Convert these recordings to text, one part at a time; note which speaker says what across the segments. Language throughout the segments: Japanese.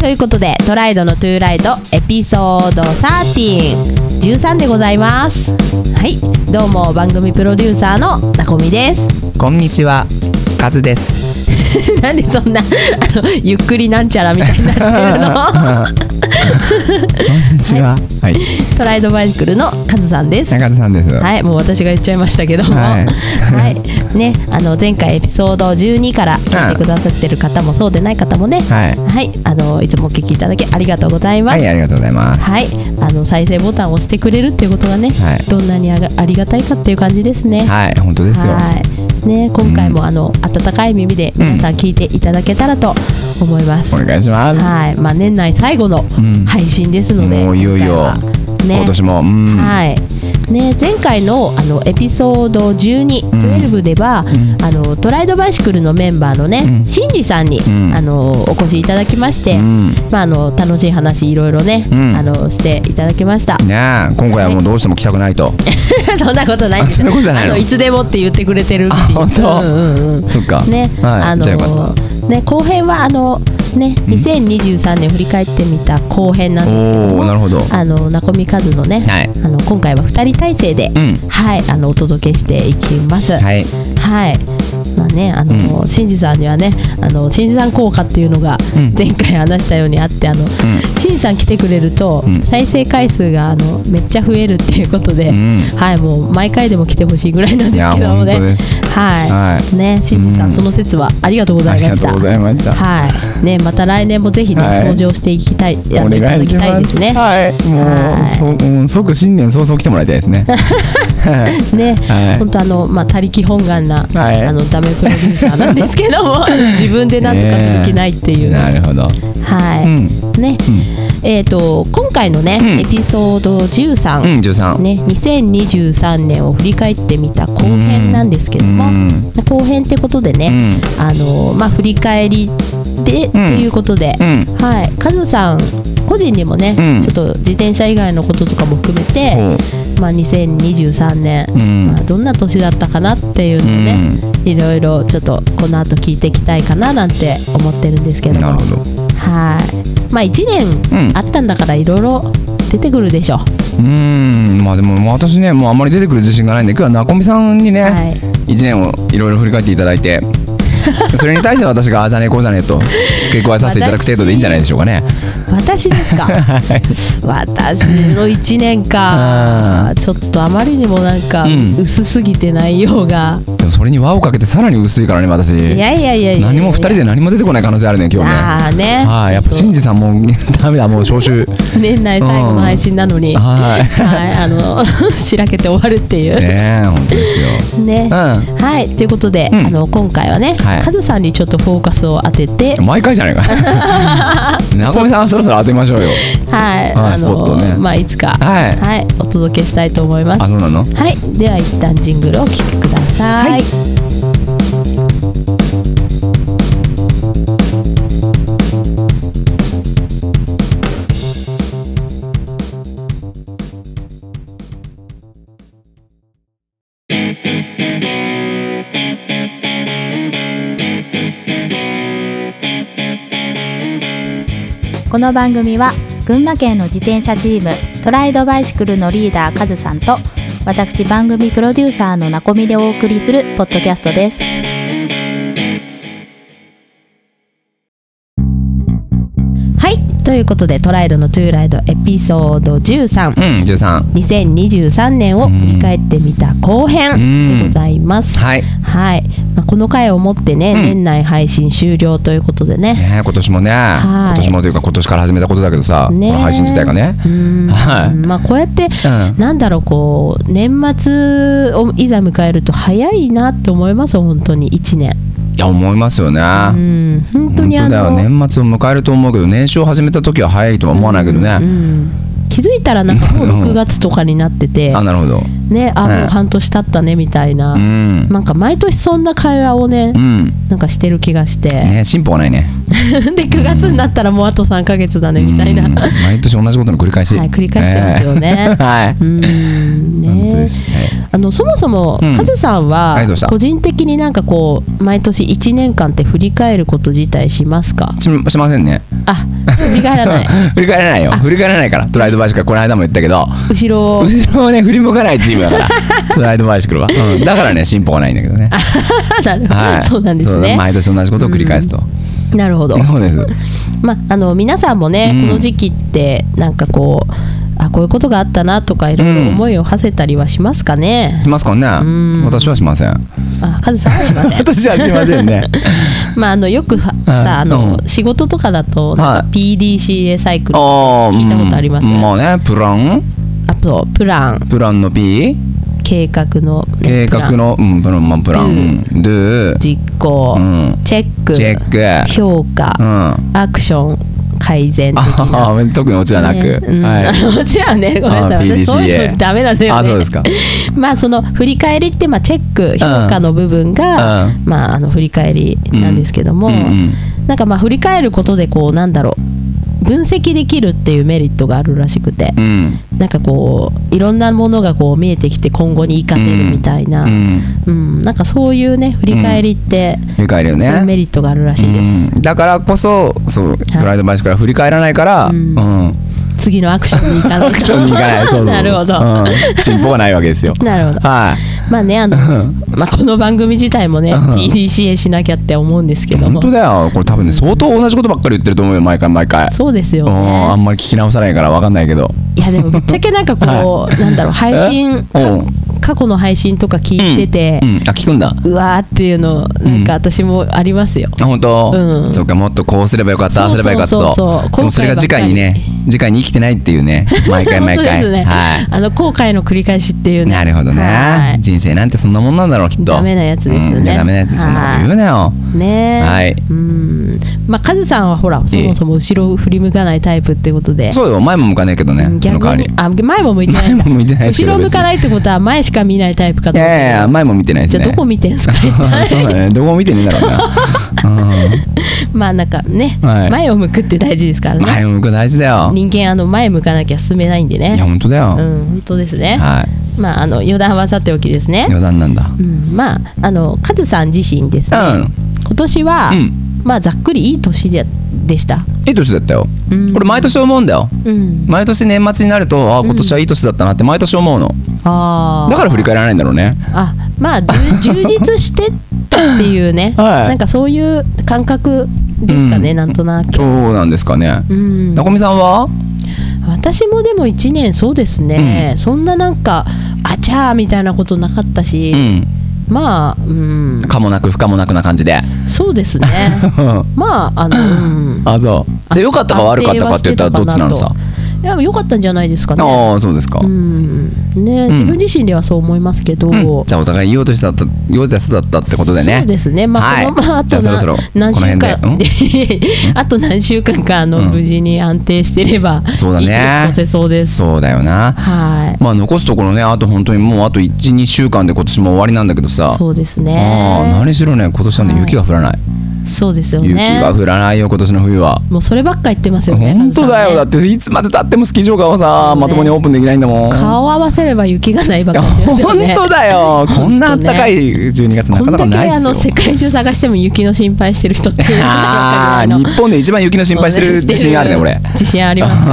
Speaker 1: ということでトライドのトゥーライトエピソード13 13でございますはいどうも番組プロデューサーのなこみです
Speaker 2: こんにちは、カズです。
Speaker 1: なんでそんなあのゆっくりなんちゃらみたいになってるの
Speaker 2: こんにちは。はい、
Speaker 1: トライドバイクルのカズさんです
Speaker 2: 中津さんです。
Speaker 1: はい、もう私が言っちゃいましたけども、は、
Speaker 2: はいい
Speaker 1: ね、あの前回エピソード12から聞いてくださってる方もそうでない方もね、は
Speaker 2: はい
Speaker 1: い、、あのいつもお聞きいただきありがとうございます。
Speaker 2: は
Speaker 1: はい
Speaker 2: い、ありがとうございます。
Speaker 1: あの再生ボタンを押してくれるっていうことがね、
Speaker 2: はい
Speaker 1: どんなにあがありがたいかっていう感じですね。
Speaker 2: はい、本当ですよ。
Speaker 1: はいね、今回もあの温かい耳で皆さん聞いていただけたらと思います。
Speaker 2: お願いします。
Speaker 1: はい、まあ年内最後の
Speaker 2: ん
Speaker 1: 配信ですので、
Speaker 2: もういよいよ
Speaker 1: 今回はね
Speaker 2: 今年も、うん、
Speaker 1: はいね、前回のあのエピソード12、12では、あのトライドバイシクルのメンバーのね、
Speaker 2: うん
Speaker 1: シンジさんに、
Speaker 2: ん
Speaker 1: あのお越しいただきまして、
Speaker 2: うん
Speaker 1: まあ、あの楽しい話いろいろね、
Speaker 2: うん
Speaker 1: あのしていただきました。
Speaker 2: ねえ、今回はもうどうしても来たくないと。
Speaker 1: そんなことないです
Speaker 2: あそんなことじゃない
Speaker 1: あ
Speaker 2: の
Speaker 1: のいつでもって言ってくれてるし。
Speaker 2: 本当
Speaker 1: うんうんうん
Speaker 2: そっか。
Speaker 1: ね、
Speaker 2: はい、
Speaker 1: あの
Speaker 2: じゃあよかった。
Speaker 1: ね後編はあのね2023年振り返ってみた後編なんですけど
Speaker 2: お
Speaker 1: も
Speaker 2: お、なるほど。
Speaker 1: あのナコミカズのね、
Speaker 2: はい
Speaker 1: あの今回は2人体制で、
Speaker 2: うん
Speaker 1: はいあのお届けしていきます。はい、
Speaker 2: はい、
Speaker 1: まあねあの、シンジさんにはねあのシンジさん効果っていうのが
Speaker 2: うん
Speaker 1: 前回話したようにあってあの、シンジさん来てくれると、
Speaker 2: うん
Speaker 1: 再生回数があのめっちゃ増えるっていうことで、
Speaker 2: うん
Speaker 1: はいもう毎回でも来てほしいぐらいなんですけども
Speaker 2: いや本
Speaker 1: ね
Speaker 2: 当です
Speaker 1: はい、
Speaker 2: はい
Speaker 1: ねシンジさん、
Speaker 2: うん
Speaker 1: その説はありがとうござ
Speaker 2: あ
Speaker 1: い
Speaker 2: り
Speaker 1: ま
Speaker 2: が
Speaker 1: し
Speaker 2: と
Speaker 1: た
Speaker 2: うご。ざいました。
Speaker 1: はい、ね、また来年もぜひね、
Speaker 2: はい
Speaker 1: 登場していきたい、や
Speaker 2: お
Speaker 1: っていただ
Speaker 2: 願い
Speaker 1: き
Speaker 2: した
Speaker 1: い
Speaker 2: ま
Speaker 1: です
Speaker 2: す。
Speaker 1: ね。
Speaker 2: はい、も、
Speaker 1: はいう
Speaker 2: そう、うん即新年早々来てもらいたいで すね。はい
Speaker 1: ね、
Speaker 2: はい
Speaker 1: 本当あのまあ他力本願な、
Speaker 2: はい
Speaker 1: あのダメプロデューサーなんですけど も、自分でなんとかする気ないっていう、
Speaker 2: なるほど。
Speaker 1: はい、
Speaker 2: うん、
Speaker 1: ね、えっ、と今回のね、
Speaker 2: うん
Speaker 1: エピソード
Speaker 2: う
Speaker 1: 13、
Speaker 2: ん、十三。
Speaker 1: ね、2023年を振り返ってみた後編なんですけども、
Speaker 2: うん
Speaker 1: 後編ってことで
Speaker 2: う
Speaker 1: ね、
Speaker 2: ん、
Speaker 1: あのまあ振り返りで、っていうことで、
Speaker 2: うん。
Speaker 1: はい、カズさん個人にもね、
Speaker 2: うん
Speaker 1: ちょっと自転車以外のこととかも含めて、
Speaker 2: ほう
Speaker 1: まあ、2023年、
Speaker 2: うん
Speaker 1: まあ、どんな年だったかなっていうのをね、いろいろちょっとこの後聞いていきたいかななんて思ってるんですけども
Speaker 2: なるほど。
Speaker 1: はいまあ1
Speaker 2: う
Speaker 1: 年
Speaker 2: ん
Speaker 1: あったんだからいろいろ出てくるでしょ
Speaker 2: うーん、まあでも私ね、もうあんまり出てくる自信がないんで、今日はなこみさんに
Speaker 1: は
Speaker 2: ね、
Speaker 1: い、
Speaker 2: 一年をいろいろ振り返っていただいて、それに対して私がああじゃねえこうじゃねえと付け加えさせていただく程度でいいんじゃないでしょうかね。
Speaker 1: 私です か私の1年かちょっとあまりにもなんか
Speaker 2: うん
Speaker 1: 薄すぎて内容が、
Speaker 2: でもそれに輪をかけてさらに薄いからね、私。
Speaker 1: いやいやいやいやいや
Speaker 2: 何も二人で何も出てこない可能性あるね、今日ね。
Speaker 1: ああね
Speaker 2: はい、やっぱしんじさんもダメだ、もう招集。
Speaker 1: 年内最後の配信なのに、
Speaker 2: はい
Speaker 1: はいあの しらけて終わるっていう
Speaker 2: ねえ、本当ですよ。
Speaker 1: ね。
Speaker 2: う
Speaker 1: はいということで、
Speaker 2: うん
Speaker 1: あの今回はね、
Speaker 2: はい
Speaker 1: カズさんにちょっとフォーカスを当てて、
Speaker 2: ん、毎回じゃない か。なこみさんはそろそろ当てましょうよ。
Speaker 1: はい、
Speaker 2: は
Speaker 1: あ
Speaker 2: いスポットをね
Speaker 1: まあいつか、
Speaker 2: はい
Speaker 1: お届けしたいと思います。
Speaker 2: あ、そうなの
Speaker 1: はい、では一旦ジングルをお聴きください。
Speaker 3: この番組は群馬県の自転車チームトライドバイシクルのリーダーカズさんと私番組プロデューサーのなこみでお送りするポッドキャストです
Speaker 1: はい、ということで「トライドのトゥーライド」エピソード13。
Speaker 2: うん、十三。
Speaker 1: 2023年を振り返ってみた後編でございます。
Speaker 2: はい。
Speaker 1: はい、まあ、この回をもってね、
Speaker 2: ん
Speaker 1: 年内配信終了ということでね。
Speaker 2: ねえ今年もね、今年もというか今年から始めたことだけどさ、
Speaker 1: ねえ
Speaker 2: この配信自体がね
Speaker 1: う。ーん
Speaker 2: はい
Speaker 1: まあこうやって、
Speaker 2: うん
Speaker 1: なんだろうこう年末をいざ迎えると早いなって思います本当に1年
Speaker 2: いや思いますよね。
Speaker 1: うん本当
Speaker 2: 本
Speaker 1: にあ
Speaker 2: 当だよ
Speaker 1: の、
Speaker 2: 年末を迎えると思うけど年始を始めた時は早いとは思わないけどね、
Speaker 1: うん気づいたらなんかもう6月とかになってて
Speaker 2: あなるほど
Speaker 1: ねあ、
Speaker 2: ね
Speaker 1: もう半年経ったねみたいな、
Speaker 2: うん
Speaker 1: なんか毎年そんな会話をね、
Speaker 2: うん
Speaker 1: なんかしてる気がして、
Speaker 2: ね進歩がないね
Speaker 1: で9月になったらもうあと3か月だねみたいな、
Speaker 2: うん
Speaker 1: は
Speaker 2: 毎年同じことの繰り返し
Speaker 1: い、繰り返してますよ
Speaker 2: え
Speaker 1: ね
Speaker 2: え。はい
Speaker 1: う ん
Speaker 2: 本当で
Speaker 1: ね
Speaker 2: すね
Speaker 1: あのそもそも、
Speaker 2: うん
Speaker 1: カズさんは、
Speaker 2: はいどうした
Speaker 1: 個人的になんかこう毎年1年間って振り返ること自体しますか
Speaker 2: ししませんね
Speaker 1: あ振り返らない
Speaker 2: 振り返らないよ振り返らないからトライドバイシクルこの間も言ったけど
Speaker 1: 後ろを
Speaker 2: 後ろをね振り向かないチームだから トライドバイシクルは、うんだからね進歩がないんだけどね、
Speaker 1: なるほど、
Speaker 2: はい、
Speaker 1: そうなんです
Speaker 2: そう
Speaker 1: ね
Speaker 2: 毎年同じことを繰り返すと、
Speaker 1: なるほど
Speaker 2: そうです
Speaker 1: まあ、あの皆さんもね、
Speaker 2: うん
Speaker 1: この時期ってなんかこうあこういうことがあったなとかいろいろ思いを馳せたりはしますかね、
Speaker 2: しますかね
Speaker 1: ん
Speaker 2: 私はしません
Speaker 1: あカズさんは しません
Speaker 2: 私はしませんね
Speaker 1: まああのよくは
Speaker 2: はい
Speaker 1: さあの、
Speaker 2: うん
Speaker 1: 仕事とかだとなんか
Speaker 2: は
Speaker 1: PDCA サイクル、
Speaker 2: あー
Speaker 1: 聞いた ことあります
Speaker 2: うんまあねプラン
Speaker 1: あとプラン
Speaker 2: プランの P
Speaker 1: 計画の、ね
Speaker 2: 計
Speaker 1: プラ
Speaker 2: 画
Speaker 1: ン
Speaker 2: のうんプランまあプラン Do
Speaker 1: 実行、
Speaker 2: うん
Speaker 1: チェック
Speaker 2: チェック
Speaker 1: 評価、
Speaker 2: うんあ
Speaker 1: アクション改善的な。
Speaker 2: ー特にオチはなく、
Speaker 1: ねうん
Speaker 2: はい
Speaker 1: もちろんね ごめんなさい
Speaker 2: あー
Speaker 1: 私
Speaker 2: PDCA
Speaker 1: そういうのダメなんだよね
Speaker 2: あそうですか
Speaker 1: まあその振り返りってまあチェック評価の部分が、
Speaker 2: うん
Speaker 1: まああの振り返りなんですけども、
Speaker 2: うんうん
Speaker 1: なんかまあ振り返ることでこうなんだろう分析できるっていうメリットがあるらしくて
Speaker 2: う、ん
Speaker 1: なんかこういろんなものがこう見えてきて今後に生かせるみたいな、う
Speaker 2: うんん
Speaker 1: なんかそういうね振り返りって、
Speaker 2: 振り返るよ
Speaker 1: そういうメ
Speaker 2: ね
Speaker 1: リットがあるらしいです。
Speaker 2: うんだからこそそう、トライドバイシクルは振り返らないから、
Speaker 1: うん
Speaker 2: うん
Speaker 1: 次のアクションに行かない
Speaker 2: アクションに行かないそうそう
Speaker 1: なるほど、
Speaker 2: うん進歩がないわけですよ
Speaker 1: なるほど
Speaker 2: はい
Speaker 1: まあねあの、まあ、この番組自体もね
Speaker 2: うん
Speaker 1: PDCA しなきゃって思うんですけど
Speaker 2: 本
Speaker 1: も
Speaker 2: 当だよこれ多分ね相当同じことばっかり言ってると思うよ毎回毎回
Speaker 1: そうですよ
Speaker 2: うんあ
Speaker 1: ね
Speaker 2: んまり聞き直さないからわかんないけど
Speaker 1: いやでもぶっちゃけなんかこう、なんだろう配信
Speaker 2: え
Speaker 1: か
Speaker 2: おう
Speaker 1: 過去の配信とか聞いてて
Speaker 2: う、ん、あ聞くんだ
Speaker 1: うわーっていうのなんか私もありますよ、
Speaker 2: あ本当、
Speaker 1: うん
Speaker 2: そうかもっとこうすればよかったああ
Speaker 1: そ
Speaker 2: す
Speaker 1: うそう
Speaker 2: ればよかった
Speaker 1: そう
Speaker 2: と
Speaker 1: そう
Speaker 2: でもそれが次回にね次回に生きてないっていうね毎回毎
Speaker 1: 本
Speaker 2: 回、
Speaker 1: 当ですね、
Speaker 2: はい
Speaker 1: あの後悔の繰り返しっていうね
Speaker 2: なるほどね、
Speaker 1: はい
Speaker 2: 人生なんてそんなもんなんだろうきっと
Speaker 1: ダメなやつですよね
Speaker 2: うんいやダメなやつそんなこと言うなよ
Speaker 1: ねえ
Speaker 2: はい
Speaker 1: うんまあカズさんはほらそ
Speaker 2: ええ
Speaker 1: もそも後ろを振り向かないタイプってことで
Speaker 2: そうよ前も向かないけどね
Speaker 1: うん
Speaker 2: その代わ
Speaker 1: 逆
Speaker 2: り
Speaker 1: にあ前も向いてない
Speaker 2: 前
Speaker 1: んだ
Speaker 2: も向いてないです
Speaker 1: 後
Speaker 2: けど
Speaker 1: ろ向かないってことは前しか見ないタイプか
Speaker 2: 別にい
Speaker 1: と思っ
Speaker 2: やい
Speaker 1: て
Speaker 2: やいや前も見てないです
Speaker 1: じゃ
Speaker 2: ね
Speaker 1: あどこ見てんすか
Speaker 2: そうだねどこも見てねえんだろ うな、
Speaker 1: まあなんかね、
Speaker 2: はい
Speaker 1: 前を向くって大事ですから
Speaker 2: うん、前
Speaker 1: ね
Speaker 2: も向く大事だよ
Speaker 1: 人間あの前向かなきゃ進めないんで
Speaker 2: いや
Speaker 1: ね
Speaker 2: 本当だよ、
Speaker 1: うん本当ですね
Speaker 2: はい
Speaker 1: まああの余談はさておきですね
Speaker 2: 余談なんだ
Speaker 1: うんまああのカズさん自身ですね、
Speaker 2: うん
Speaker 1: 今年は、
Speaker 2: うん
Speaker 1: まあざっくりいい年ででした
Speaker 2: いい年だったよ、
Speaker 1: うん
Speaker 2: これ毎年思うんだよ
Speaker 1: うん
Speaker 2: 毎年年末になるとああ今年はいい年だったなって毎年思うの、
Speaker 1: あー
Speaker 2: だから振り返らないんだろうね
Speaker 1: あまあ充充実してったっていうね、
Speaker 2: はい
Speaker 1: なんかそういう感覚ですかね、
Speaker 2: うん
Speaker 1: なんとなく、
Speaker 2: そうなんですかね
Speaker 1: うん
Speaker 2: な、こみさんは
Speaker 1: 私もでも1年そうですね、
Speaker 2: う
Speaker 1: そんななんかあちゃーみたいなことなかったし
Speaker 2: う、ん
Speaker 1: まあ、うん、
Speaker 2: 可もなく不可もなくな感じで
Speaker 1: そうですね まああの、うん、
Speaker 2: あそうじゃあ良かったか悪かったかって言ったらどっちなのさ
Speaker 1: いや良かったんじゃないですかね
Speaker 2: ああそうですか、
Speaker 1: うんね、
Speaker 2: ん
Speaker 1: 自分自身ではそう思いますけど、
Speaker 2: うんじゃあお互いいいお年だったいいお年だったってことでね
Speaker 1: そうですね。まあ、
Speaker 2: はい
Speaker 1: このままあ
Speaker 2: じゃ
Speaker 1: と
Speaker 2: あそろ
Speaker 1: な
Speaker 2: そろ
Speaker 1: 何
Speaker 2: この
Speaker 1: 週
Speaker 2: 辺で
Speaker 1: 間、 あと何週間かあの、
Speaker 2: うん
Speaker 1: 無事に安定してれば
Speaker 2: そうだね
Speaker 1: いい年越せそう です。
Speaker 2: そうだよな
Speaker 1: はい。
Speaker 2: まあ残すところねあと本当にもうあと12週間で今年も終わりなんだけどさ
Speaker 1: そうです
Speaker 2: ああ
Speaker 1: ね。
Speaker 2: 何しろね今年はね
Speaker 1: はい
Speaker 2: 雪が降らない、
Speaker 1: そうですよ
Speaker 2: 雪
Speaker 1: ね。
Speaker 2: が降らないよ今年の冬は。
Speaker 1: もうそればっか言ってますよね。
Speaker 2: 本当だよだ
Speaker 1: カ
Speaker 2: っ
Speaker 1: ズ
Speaker 2: ていつまでたってもスキー場が
Speaker 1: そう
Speaker 2: さ
Speaker 1: ね
Speaker 2: まともにオープンできないんだもん。
Speaker 1: さんね顔合わせれば雪がないばっかり言ってますよ
Speaker 2: 本
Speaker 1: ね。
Speaker 2: 当 だよ
Speaker 1: ね
Speaker 2: こんなあったかい12月な
Speaker 1: こ
Speaker 2: か
Speaker 1: ん
Speaker 2: なか
Speaker 1: だ
Speaker 2: ない
Speaker 1: けあの
Speaker 2: です
Speaker 1: 世
Speaker 2: よ。
Speaker 1: 界中探しても雪の心配してる人っていうの
Speaker 2: あ
Speaker 1: が
Speaker 2: あ
Speaker 1: 分かん
Speaker 2: 日
Speaker 1: ないの
Speaker 2: 本で一番雪の心配してる自信あるね俺。
Speaker 1: 自信あります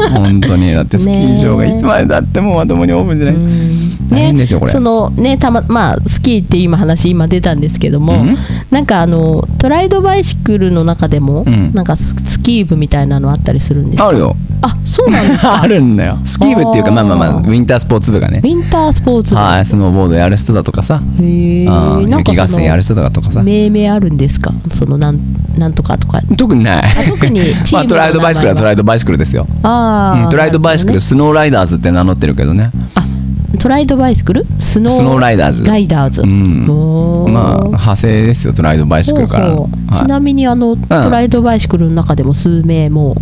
Speaker 1: か。
Speaker 2: 本当にだってスキー場がいつまでたってもまともにオープンじゃない。大変ですよこれ
Speaker 1: そのねたままあスキーって今話今出たんですけども、
Speaker 2: うん
Speaker 1: なんかあのトライドバイシクルの中でも、
Speaker 2: うん
Speaker 1: なんかススキー部みたいなのあったりするんです
Speaker 2: あるよ。
Speaker 1: あそうなんです か
Speaker 2: あるんだよ。スキー部っていうか
Speaker 1: あー
Speaker 2: まあまあまあウィンタースポーツ部がね
Speaker 1: ウ。ィンタースポーツ部
Speaker 2: はいスノーボードやる人だとかさ。
Speaker 1: へえ
Speaker 2: あー
Speaker 1: なんか
Speaker 2: 雪合
Speaker 1: そ
Speaker 2: 戦やる
Speaker 1: の
Speaker 2: 人だとかさ。
Speaker 1: 命名あるんですかそのなんなんとかとか
Speaker 2: 特にない。
Speaker 1: 特にチームの名前は
Speaker 2: まあトライドバイシクルはトライドバイシクルですよ。
Speaker 1: あ
Speaker 2: う
Speaker 1: あ
Speaker 2: んトライドバイシクル、スノーライダーズって名乗ってるけどね。
Speaker 1: あトライドバイシクルスノー
Speaker 2: スノーライダーズ
Speaker 1: ライダーズ
Speaker 2: うん
Speaker 1: おー
Speaker 2: まあ派生ですよトライドバイシクルから
Speaker 1: ほ
Speaker 2: の。
Speaker 1: うほう
Speaker 2: はい
Speaker 1: ちなみにあの、トライドバイシクルの中でも数名も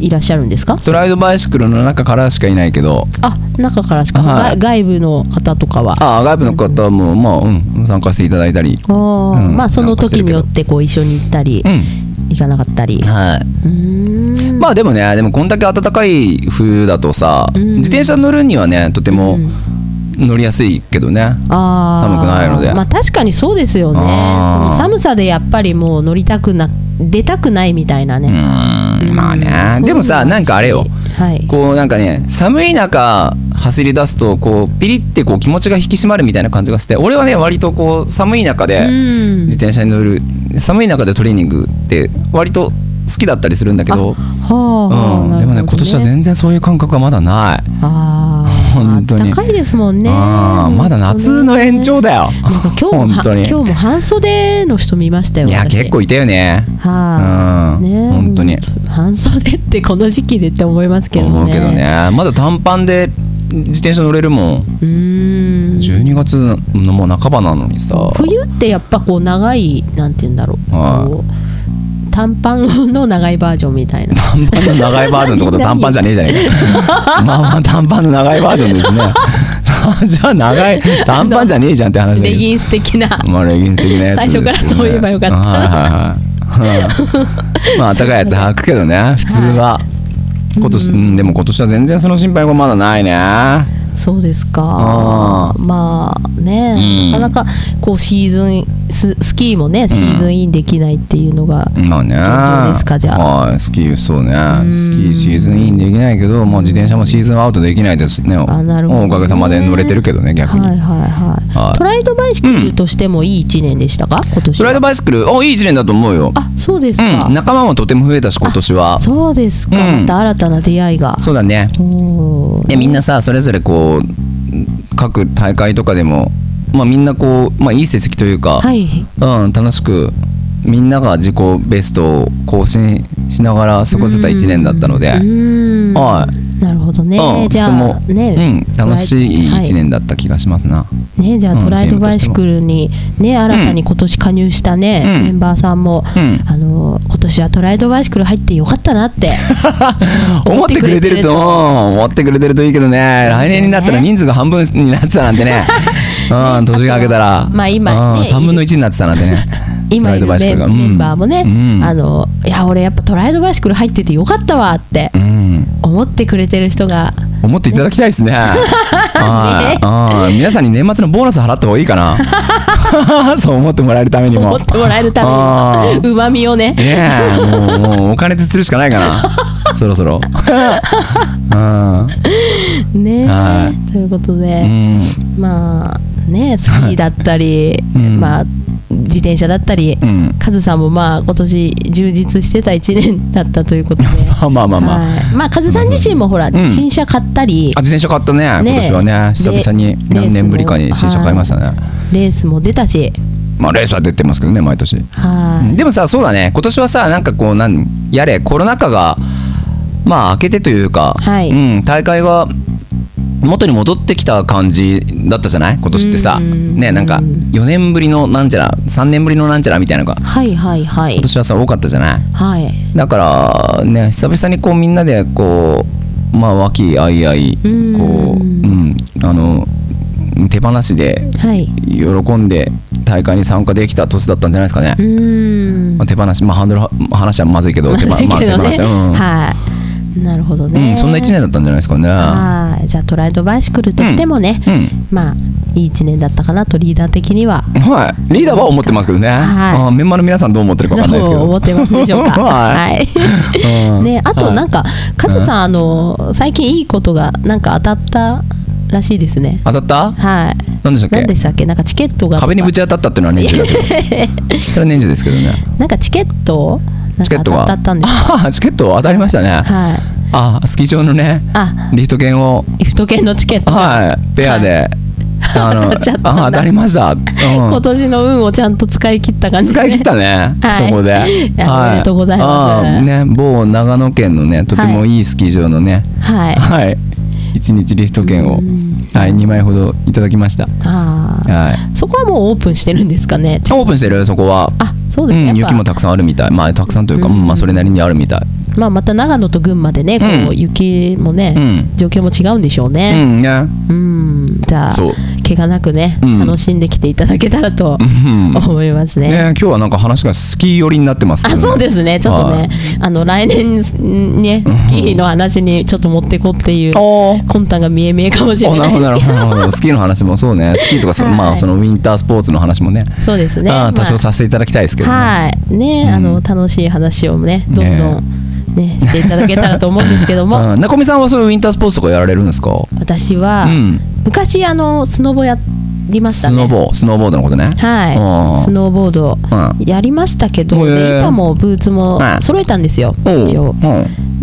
Speaker 1: ういらっしゃるんですか
Speaker 2: トライドバイシクルの中からしかいないけど
Speaker 1: あ中からしか、
Speaker 2: はい
Speaker 1: 外外部の方とかは
Speaker 2: ああ外部の方も、まあうん、参加していただいたり
Speaker 1: あー
Speaker 2: うん
Speaker 1: まあその時によっ
Speaker 2: なん
Speaker 1: てこう一緒に行ったり、
Speaker 2: うん
Speaker 1: 行かなかったり
Speaker 2: はいう
Speaker 1: ーん
Speaker 2: まあでもねでもこんだけ暖かい冬だとさ、
Speaker 1: うん
Speaker 2: 自転車乗るにはねとても
Speaker 1: うん
Speaker 2: 乗りやすいけどね、
Speaker 1: あー
Speaker 2: 寒くないので
Speaker 1: まあ確かにそうですよねそ
Speaker 2: あー
Speaker 1: の寒さでやっぱりもう乗りたくな出たくないみたいな
Speaker 2: う
Speaker 1: ね、
Speaker 2: ーんまあ
Speaker 1: う
Speaker 2: ね
Speaker 1: ん
Speaker 2: でもさなんかあれよ
Speaker 1: はい
Speaker 2: こうなんかね寒い中走り出すとこうピリってこう気持ちが引き締まるみたいな感じがして俺はね割とこう寒い中で
Speaker 1: ん
Speaker 2: 自転車に乗る寒い中でトレーニングって割と好きだったりするんだけど
Speaker 1: はあはあ
Speaker 2: うん、でもね今年は全然そういう感覚がまだない、
Speaker 1: あー
Speaker 2: 本当に
Speaker 1: 暖かいですもんね
Speaker 2: あーまだ夏の延長だよ
Speaker 1: なんか今日も
Speaker 2: 本当
Speaker 1: は今
Speaker 2: に
Speaker 1: 日も半袖の人見ましたよ
Speaker 2: いや
Speaker 1: 私
Speaker 2: 結構いたよね
Speaker 1: はあ、
Speaker 2: うん
Speaker 1: ね
Speaker 2: 本当に
Speaker 1: 半袖ってこの時期でって思いますけどね
Speaker 2: 思うけどねまだ短パンで自転車乗れるもん
Speaker 1: うーん
Speaker 2: 12月のもう半ばなのにさ
Speaker 1: 冬ってやっぱこう長いなんて言うんだろう
Speaker 2: はい
Speaker 1: こう短パンの長いバージョンみたいな
Speaker 2: 短パンの長いバージョンって ことは短パンじゃねえじゃねえかまあまあ短パンの長いバージョンですね じゃあ長い短パンじゃねえじゃんって話だけ
Speaker 1: レ
Speaker 2: ど
Speaker 1: ギンス的な
Speaker 2: まあレギンス的なやつです、
Speaker 1: 最
Speaker 2: ね、
Speaker 1: 初からそう言えばよかった
Speaker 2: はいはいはいうんまあ暖かいやつ履くけどね普通は今年、うん、でも今年は全然その心配はまだないね
Speaker 1: そうですか
Speaker 2: あ
Speaker 1: まあね、
Speaker 2: うん
Speaker 1: なかなかこうシーズンススキーもねシーズンインできないっていうのが、
Speaker 2: まあね
Speaker 1: 現状ですかじゃあ
Speaker 2: はいスキーそうね
Speaker 1: ん
Speaker 2: スキーシーズンインできないけど、まあ、自転車もシーズンアウトできないですね
Speaker 1: あなるほどね
Speaker 2: おかげさまで乗れてるけどね逆に、
Speaker 1: はいはいはい、
Speaker 2: はい
Speaker 1: トライドバイシクルとしてもいい1年でしたか、今年
Speaker 2: トライド
Speaker 1: バ
Speaker 2: バイスクルおいい一年だと思うよ
Speaker 1: あそうですか、
Speaker 2: うん仲間もとても増えたし今年は
Speaker 1: そうですか、
Speaker 2: うん
Speaker 1: また新たな出会いが
Speaker 2: そうだね
Speaker 1: おー
Speaker 2: でみんなさそれぞれこう各大会とかでも、まあ、みんなこう、まあ、いい成績というか、
Speaker 1: はい
Speaker 2: うん、楽しくみんなが自己ベストを更新しながら過ごせた1年だったので、
Speaker 1: うん
Speaker 2: は
Speaker 1: なるほどね、
Speaker 2: うん
Speaker 1: じゃ
Speaker 2: と
Speaker 1: あ
Speaker 2: ても
Speaker 1: ね,、
Speaker 2: うん、楽しい1年だった気がしますな、
Speaker 1: ねじゃあ
Speaker 2: うん
Speaker 1: トライドバイシクルにね新たに今年加入したね、
Speaker 2: うん
Speaker 1: メンバーさんも、
Speaker 2: うん
Speaker 1: あの今年はトライドバイシクル入ってよかったなって
Speaker 2: 思ってくれてるとうん思ってくれてるといいけどね来年になったら人数が半分になってたなん てねうん年が明けたら、
Speaker 1: まあ今ね
Speaker 2: うん、3分の1になってたなんてね
Speaker 1: 今いる
Speaker 2: プライドバイシ
Speaker 1: メ
Speaker 2: クルが
Speaker 1: ンメンバーもね、
Speaker 2: うん
Speaker 1: あのいや俺やっぱトライドバイシクル入っててよかったわって
Speaker 2: うん
Speaker 1: 思ってくれてる人が
Speaker 2: 思っていただきたい ですね。はいはい皆さんに年末のボーナス払った方がいいかな。 そう思ってもらえるためにも。
Speaker 1: 思ってもらえるため
Speaker 2: あ
Speaker 1: にうまみをね
Speaker 2: ーねえもうもうお金で釣るしかないかな。 そろ そろ。うん
Speaker 1: ね、
Speaker 2: は
Speaker 1: ということで、
Speaker 2: うん
Speaker 1: まあねスキーだったり、
Speaker 2: うん
Speaker 1: まあ自転車だったり、
Speaker 2: うん
Speaker 1: カズさんもまあ今年充実してた1年だったということで
Speaker 2: まあま あまあまあ。
Speaker 1: はいまあカズさん自身もほら、
Speaker 2: ん
Speaker 1: 新車買ったり
Speaker 2: あ自転車買ったね今
Speaker 1: ね
Speaker 2: 年はね久々に
Speaker 1: レ
Speaker 2: 何年ぶりかに新車買いましたね。
Speaker 1: レースも出たし
Speaker 2: まあレースは出てますけどね毎年。
Speaker 1: は
Speaker 2: うん
Speaker 1: い
Speaker 2: でもさそうだね今年はさなんかこうなんやれコロナ禍がまあ明けてというか、
Speaker 1: はい
Speaker 2: うん、大会が元に戻ってきた感じだったじゃない今年ってさ、
Speaker 1: うん
Speaker 2: ねなんか
Speaker 1: うん
Speaker 2: 4年ぶりのなんちゃら3年ぶりのなんちゃらみたいなのが
Speaker 1: はいはいはい
Speaker 2: 今年はさ多かったじゃない
Speaker 1: はい
Speaker 2: だからね久々にこうみんなでこうまあ和気あいあいこう、う
Speaker 1: うん
Speaker 2: ん、あの手放しで
Speaker 1: はい
Speaker 2: 喜んで大会に参加できた年だったんじゃないですかね
Speaker 1: う。ーん
Speaker 2: まあ、手放し、まあ、ハンドルは話はまずいけど、手放
Speaker 1: だけ
Speaker 2: まあ、手
Speaker 1: ど
Speaker 2: 放
Speaker 1: ね
Speaker 2: し、うん、
Speaker 1: はいなるほどね、
Speaker 2: うん、そんな一年だったんじゃないですかね。
Speaker 1: はいじゃあトライドバイシクルとしてもね、
Speaker 2: うん、
Speaker 1: まあいい1年だったかなとリーダー的には
Speaker 2: はい、リーダーは思ってますけどね。
Speaker 1: はい
Speaker 2: あメンバーの皆さんどう思ってるかわかんないですけど。
Speaker 1: どう思ってますでしょうか
Speaker 2: は
Speaker 1: はい
Speaker 2: い。うん
Speaker 1: ね、あとなん
Speaker 2: はい
Speaker 1: か、カズさん、あの、最近いいことが、なんか当たったらしいですね。
Speaker 2: 当たった？
Speaker 1: はい。
Speaker 2: 何でしたっ
Speaker 1: 何
Speaker 2: け
Speaker 1: で？したっけ、なんかチケットが。
Speaker 2: 壁にぶち当たったっていうのは年中だけど。それは年中ですけどね。
Speaker 1: なんかチケット。なん
Speaker 2: チケ
Speaker 1: か
Speaker 2: ット
Speaker 1: 当
Speaker 2: は。
Speaker 1: たったんです。
Speaker 2: あーチケット当たりましたね。
Speaker 1: はい。
Speaker 2: あ、スキー場のね、
Speaker 1: あ、
Speaker 2: リフト券を、
Speaker 1: リフト券のチケットが。
Speaker 2: はい、ペアで、あの
Speaker 1: 当たっちゃったんだ
Speaker 2: あ当たりました。うん
Speaker 1: 今年の運をちゃんと使い切った感じで。
Speaker 2: 使い切ったね、
Speaker 1: はい
Speaker 2: そこで。
Speaker 1: いやおめでとうございます
Speaker 2: ああね、某長野県のね、とてもいいスキー場のね、
Speaker 1: はい。
Speaker 2: はい、一日リフト券を、はい、二枚ほどいただきました。
Speaker 1: ああ。
Speaker 2: はい。
Speaker 1: そこはもうオープンしてるんですかね。
Speaker 2: オープンしてるそこは。
Speaker 1: あ、そう
Speaker 2: う
Speaker 1: だね、やっ
Speaker 2: ん、
Speaker 1: ぱ
Speaker 2: 雪もたくさんあるみたいまあたくさんというか、うんまあ、それなりにあるみたい
Speaker 1: まあ、また長野と群馬でねこ
Speaker 2: う
Speaker 1: うん雪もね、
Speaker 2: うん
Speaker 1: 状況も違うんでしょう
Speaker 2: う
Speaker 1: ね、
Speaker 2: んね
Speaker 1: うん、じゃあ
Speaker 2: そう
Speaker 1: 怪我なくね、
Speaker 2: うん
Speaker 1: 楽しんできていただけたらと
Speaker 2: うんね
Speaker 1: 思いますね。
Speaker 2: 今日はなんか話がスキー寄りになってますけど
Speaker 1: あ
Speaker 2: ね
Speaker 1: そうですね、ちょっと
Speaker 2: は
Speaker 1: ね
Speaker 2: い、
Speaker 1: あの来年んね、スキーの話にちょっと持ってこっていう、
Speaker 2: おー
Speaker 1: 魂胆が見え見えかもしれ
Speaker 2: おな
Speaker 1: ない
Speaker 2: るほどな
Speaker 1: で
Speaker 2: る
Speaker 1: すけ
Speaker 2: ほどなるほどスキーの話もそうねスキーとかそ,、
Speaker 1: はい
Speaker 2: まあ、そのウィンタースポーツの話もね
Speaker 1: ど、 そうですね、
Speaker 2: あー多
Speaker 1: ま
Speaker 2: 少
Speaker 1: あ
Speaker 2: させていただきたいですけどね、
Speaker 1: はい、ね、
Speaker 2: うん
Speaker 1: あの楽しい話をね、どんどんね、していただけたらと思うんですけども、
Speaker 2: うん、中見さんはそういうウィンタースポーツとかやられるんですか
Speaker 1: 私は
Speaker 2: うん
Speaker 1: 昔あのスノボやりました
Speaker 2: ス
Speaker 1: ね。
Speaker 2: ノボースノーボードのことね
Speaker 1: はい、ス
Speaker 2: うん
Speaker 1: ノーボード
Speaker 2: うん
Speaker 1: やりましたけど、
Speaker 2: へー
Speaker 1: で板もブーツも
Speaker 2: はい
Speaker 1: 揃えたんですよ、
Speaker 2: おう
Speaker 1: 一応。
Speaker 2: う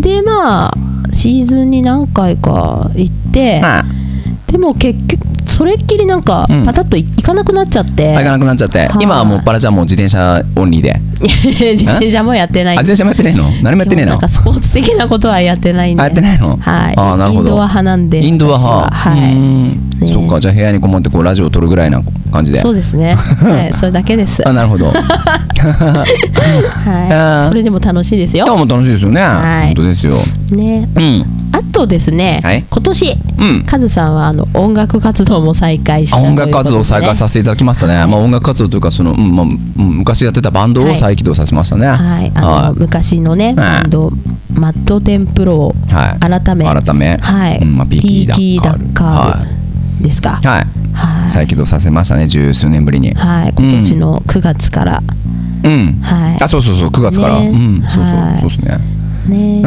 Speaker 2: ん
Speaker 1: でまあシーズンに何回か行って、
Speaker 2: は
Speaker 1: でも結局それっきりなんか
Speaker 2: うん
Speaker 1: パタッとい行かなくなっちゃって、
Speaker 2: い行 かなくなっちゃって
Speaker 1: はい
Speaker 2: 今はもうっぱらじゃあもう自転車オンリーで、
Speaker 1: 自転車もやってな
Speaker 2: あ
Speaker 1: い
Speaker 2: 自転車もやって ねえの何もやってねえ
Speaker 1: な
Speaker 2: の
Speaker 1: んかスポーツ的なことはやってないんで
Speaker 2: あやってないの
Speaker 1: はい
Speaker 2: あーなるほど
Speaker 1: インドア派なんで
Speaker 2: インドア派
Speaker 1: 私ははいう
Speaker 2: ーん
Speaker 1: ね
Speaker 2: そっかじゃあ部屋にこもってこうラジオを撮るぐらいな感じで
Speaker 1: そうです ね、はい、それだけです、
Speaker 2: あ
Speaker 1: は
Speaker 2: な るほど
Speaker 1: い、それでも楽しいです
Speaker 2: 今
Speaker 1: よ
Speaker 2: 日も楽しいですよね、
Speaker 1: はい
Speaker 2: 本当ですよ
Speaker 1: ね
Speaker 2: うん
Speaker 1: あとですね、
Speaker 2: はい
Speaker 1: 今年
Speaker 2: うん
Speaker 1: カズさんはあの音楽活動も再開した
Speaker 2: あ
Speaker 1: という
Speaker 2: 音
Speaker 1: ことで
Speaker 2: 楽活動を再開させていただきましたね、まあ、音楽活動というかその、うんまあ、うん昔やってたバンド
Speaker 1: は
Speaker 2: を
Speaker 1: い
Speaker 2: 再起動させましたね、
Speaker 1: はい、あの、
Speaker 2: はい
Speaker 1: 昔のね、バンド、マッドテンプロを
Speaker 2: はい
Speaker 1: 改め、
Speaker 2: 改め、
Speaker 1: はい
Speaker 2: うんまあ、ピーキーダッカール
Speaker 1: PK ダッカールですか。
Speaker 2: はい、はい
Speaker 1: はい、
Speaker 2: 再起動させましたね十数年ぶりに、
Speaker 1: はい、今年の9月から、
Speaker 2: うん
Speaker 1: はい
Speaker 2: あそうそうそう9月から、
Speaker 1: ね
Speaker 2: うんそうそう、
Speaker 1: はい
Speaker 2: そうですね
Speaker 1: ね、
Speaker 2: うん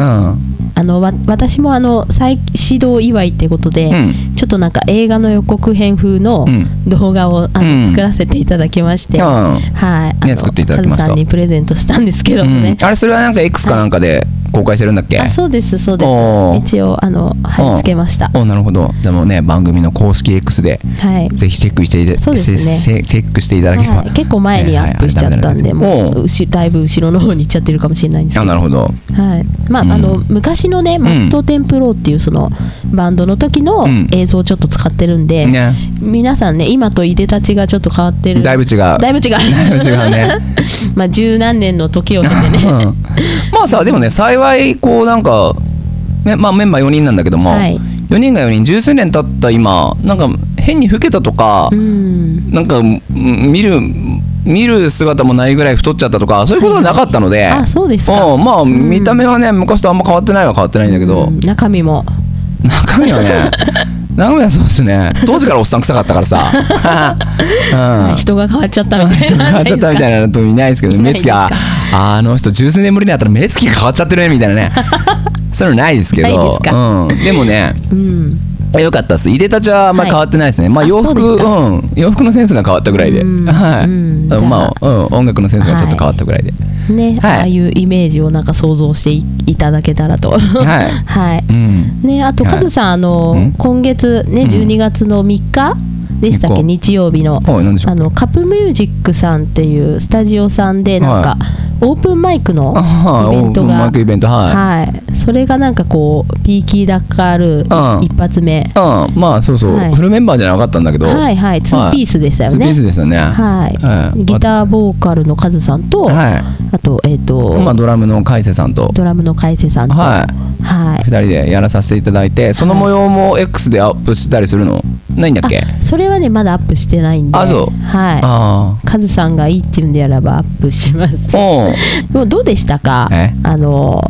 Speaker 1: あのわ私もあの再始動祝いってことで、
Speaker 2: うん
Speaker 1: ちょっとなんか映画の予告編風の
Speaker 2: うん
Speaker 1: 動画をあの、
Speaker 2: うん
Speaker 1: 作らせていただきまして、
Speaker 2: うん
Speaker 1: はい、あの
Speaker 2: ね作っていただきま
Speaker 1: カ
Speaker 2: した
Speaker 1: ズさんにプレゼントしたんですけどもね。
Speaker 2: うんあれそれはなんか X かなんかで公開してるんだっけ、
Speaker 1: あそうですそうで
Speaker 2: おー
Speaker 1: す一応あの貼り付けました
Speaker 2: おなるほどじゃあもうね番組の公式 X で
Speaker 1: はい
Speaker 2: ぜひチェックしていた、
Speaker 1: そうですね
Speaker 2: せせチェックしていただければ、
Speaker 1: はい、結構前にアップしちゃったんで、
Speaker 2: ねはいはい
Speaker 1: もううしだいぶ後ろの方に行っちゃってるかもしれないんです
Speaker 2: あ
Speaker 1: けど
Speaker 2: なるほど
Speaker 1: はいまあ
Speaker 2: うん
Speaker 1: あの昔のね「マットテンプロ」っていうそのバンドの時の
Speaker 2: うん
Speaker 1: 映像をちょっと使ってるんで、
Speaker 2: ね
Speaker 1: 皆さんね今といでたちがちょっと変わってる
Speaker 2: だいぶ違う
Speaker 1: だいぶ違う
Speaker 2: だいぶ違うね
Speaker 1: まあ十何年の時を経てね
Speaker 2: うんまあさでもね幸いこうなんか、ねまあ、メンバー4人なんだけど も、
Speaker 1: はい
Speaker 2: 4人が4人十数年経った今なんか変に老けたとか
Speaker 1: う、ん
Speaker 2: なんかうん見る見る姿もないぐらい太っちゃったとかそういうことはなかったので、
Speaker 1: あそうですか
Speaker 2: うんまあ、
Speaker 1: ん
Speaker 2: 見た目はね昔とあんま変わってないは変わってないんだけど、
Speaker 1: うん中身も
Speaker 2: 中身 はね中身はそうですね当時からおっさん臭かったからさ、うん、
Speaker 1: 人が変わっちゃったみたい
Speaker 2: 変
Speaker 1: な
Speaker 2: わっちゃったみたいなと見ないですけど
Speaker 1: ない
Speaker 2: 目
Speaker 1: です
Speaker 2: つ
Speaker 1: か
Speaker 2: きああの人十数年ぶりに会ったら目つきが変わっちゃってるねみたいなねそういうのないですけ
Speaker 1: ないで
Speaker 2: ど
Speaker 1: すか
Speaker 2: うん、でもね
Speaker 1: うん
Speaker 2: よかったですいでたちはあんまり変わってないですね、まあ
Speaker 1: あ
Speaker 2: 洋服
Speaker 1: そう
Speaker 2: う
Speaker 1: ですか
Speaker 2: ん洋服のセンスが変わったぐらいで、
Speaker 1: うん
Speaker 2: はい、
Speaker 1: うんじゃあ
Speaker 2: まあ、うん、音楽のセンスがちょっと変わったぐらいで、
Speaker 1: ね、
Speaker 2: はい
Speaker 1: ああいうイメージをなんか想像していいただけたらと。
Speaker 2: はい
Speaker 1: はい。
Speaker 2: うん
Speaker 1: ね、あと
Speaker 2: はい
Speaker 1: カズさん、あ
Speaker 2: ん
Speaker 1: の今月ね、
Speaker 2: うん
Speaker 1: 12月の3日でしたっけ、
Speaker 2: 三日
Speaker 1: 日曜日の。
Speaker 2: はい何でしょう
Speaker 1: あのカップミュージックさんっていうスタジオさんでなんか、
Speaker 2: は
Speaker 1: オープンマイクの
Speaker 2: あ
Speaker 1: イベントが
Speaker 2: オープンマイクイベントはい
Speaker 1: はいそれがなんかこうピーキーダッカール
Speaker 2: うん
Speaker 1: 一発目
Speaker 2: うんまあそうそう、
Speaker 1: はい
Speaker 2: フルメンバーじゃなかったんだけど
Speaker 1: はいはいツーピースでしたよね
Speaker 2: ツーピースでしたね
Speaker 1: はい、ギターボーカルのカズさんと、
Speaker 2: はい
Speaker 1: あとえっ、と、
Speaker 2: まあドラムの海瀬さんと
Speaker 1: ドラムの海瀬さんと
Speaker 2: は
Speaker 1: はい
Speaker 2: 2人でやらさせていただいてその模様も X でアップしたりするのないんだっけ
Speaker 1: あそれはねまだアップしてないんで
Speaker 2: あそう
Speaker 1: は
Speaker 2: あ
Speaker 1: いカズさんがいいっていうんであればアップし ます
Speaker 2: あおう
Speaker 1: でもどうでしたか
Speaker 2: え
Speaker 1: あの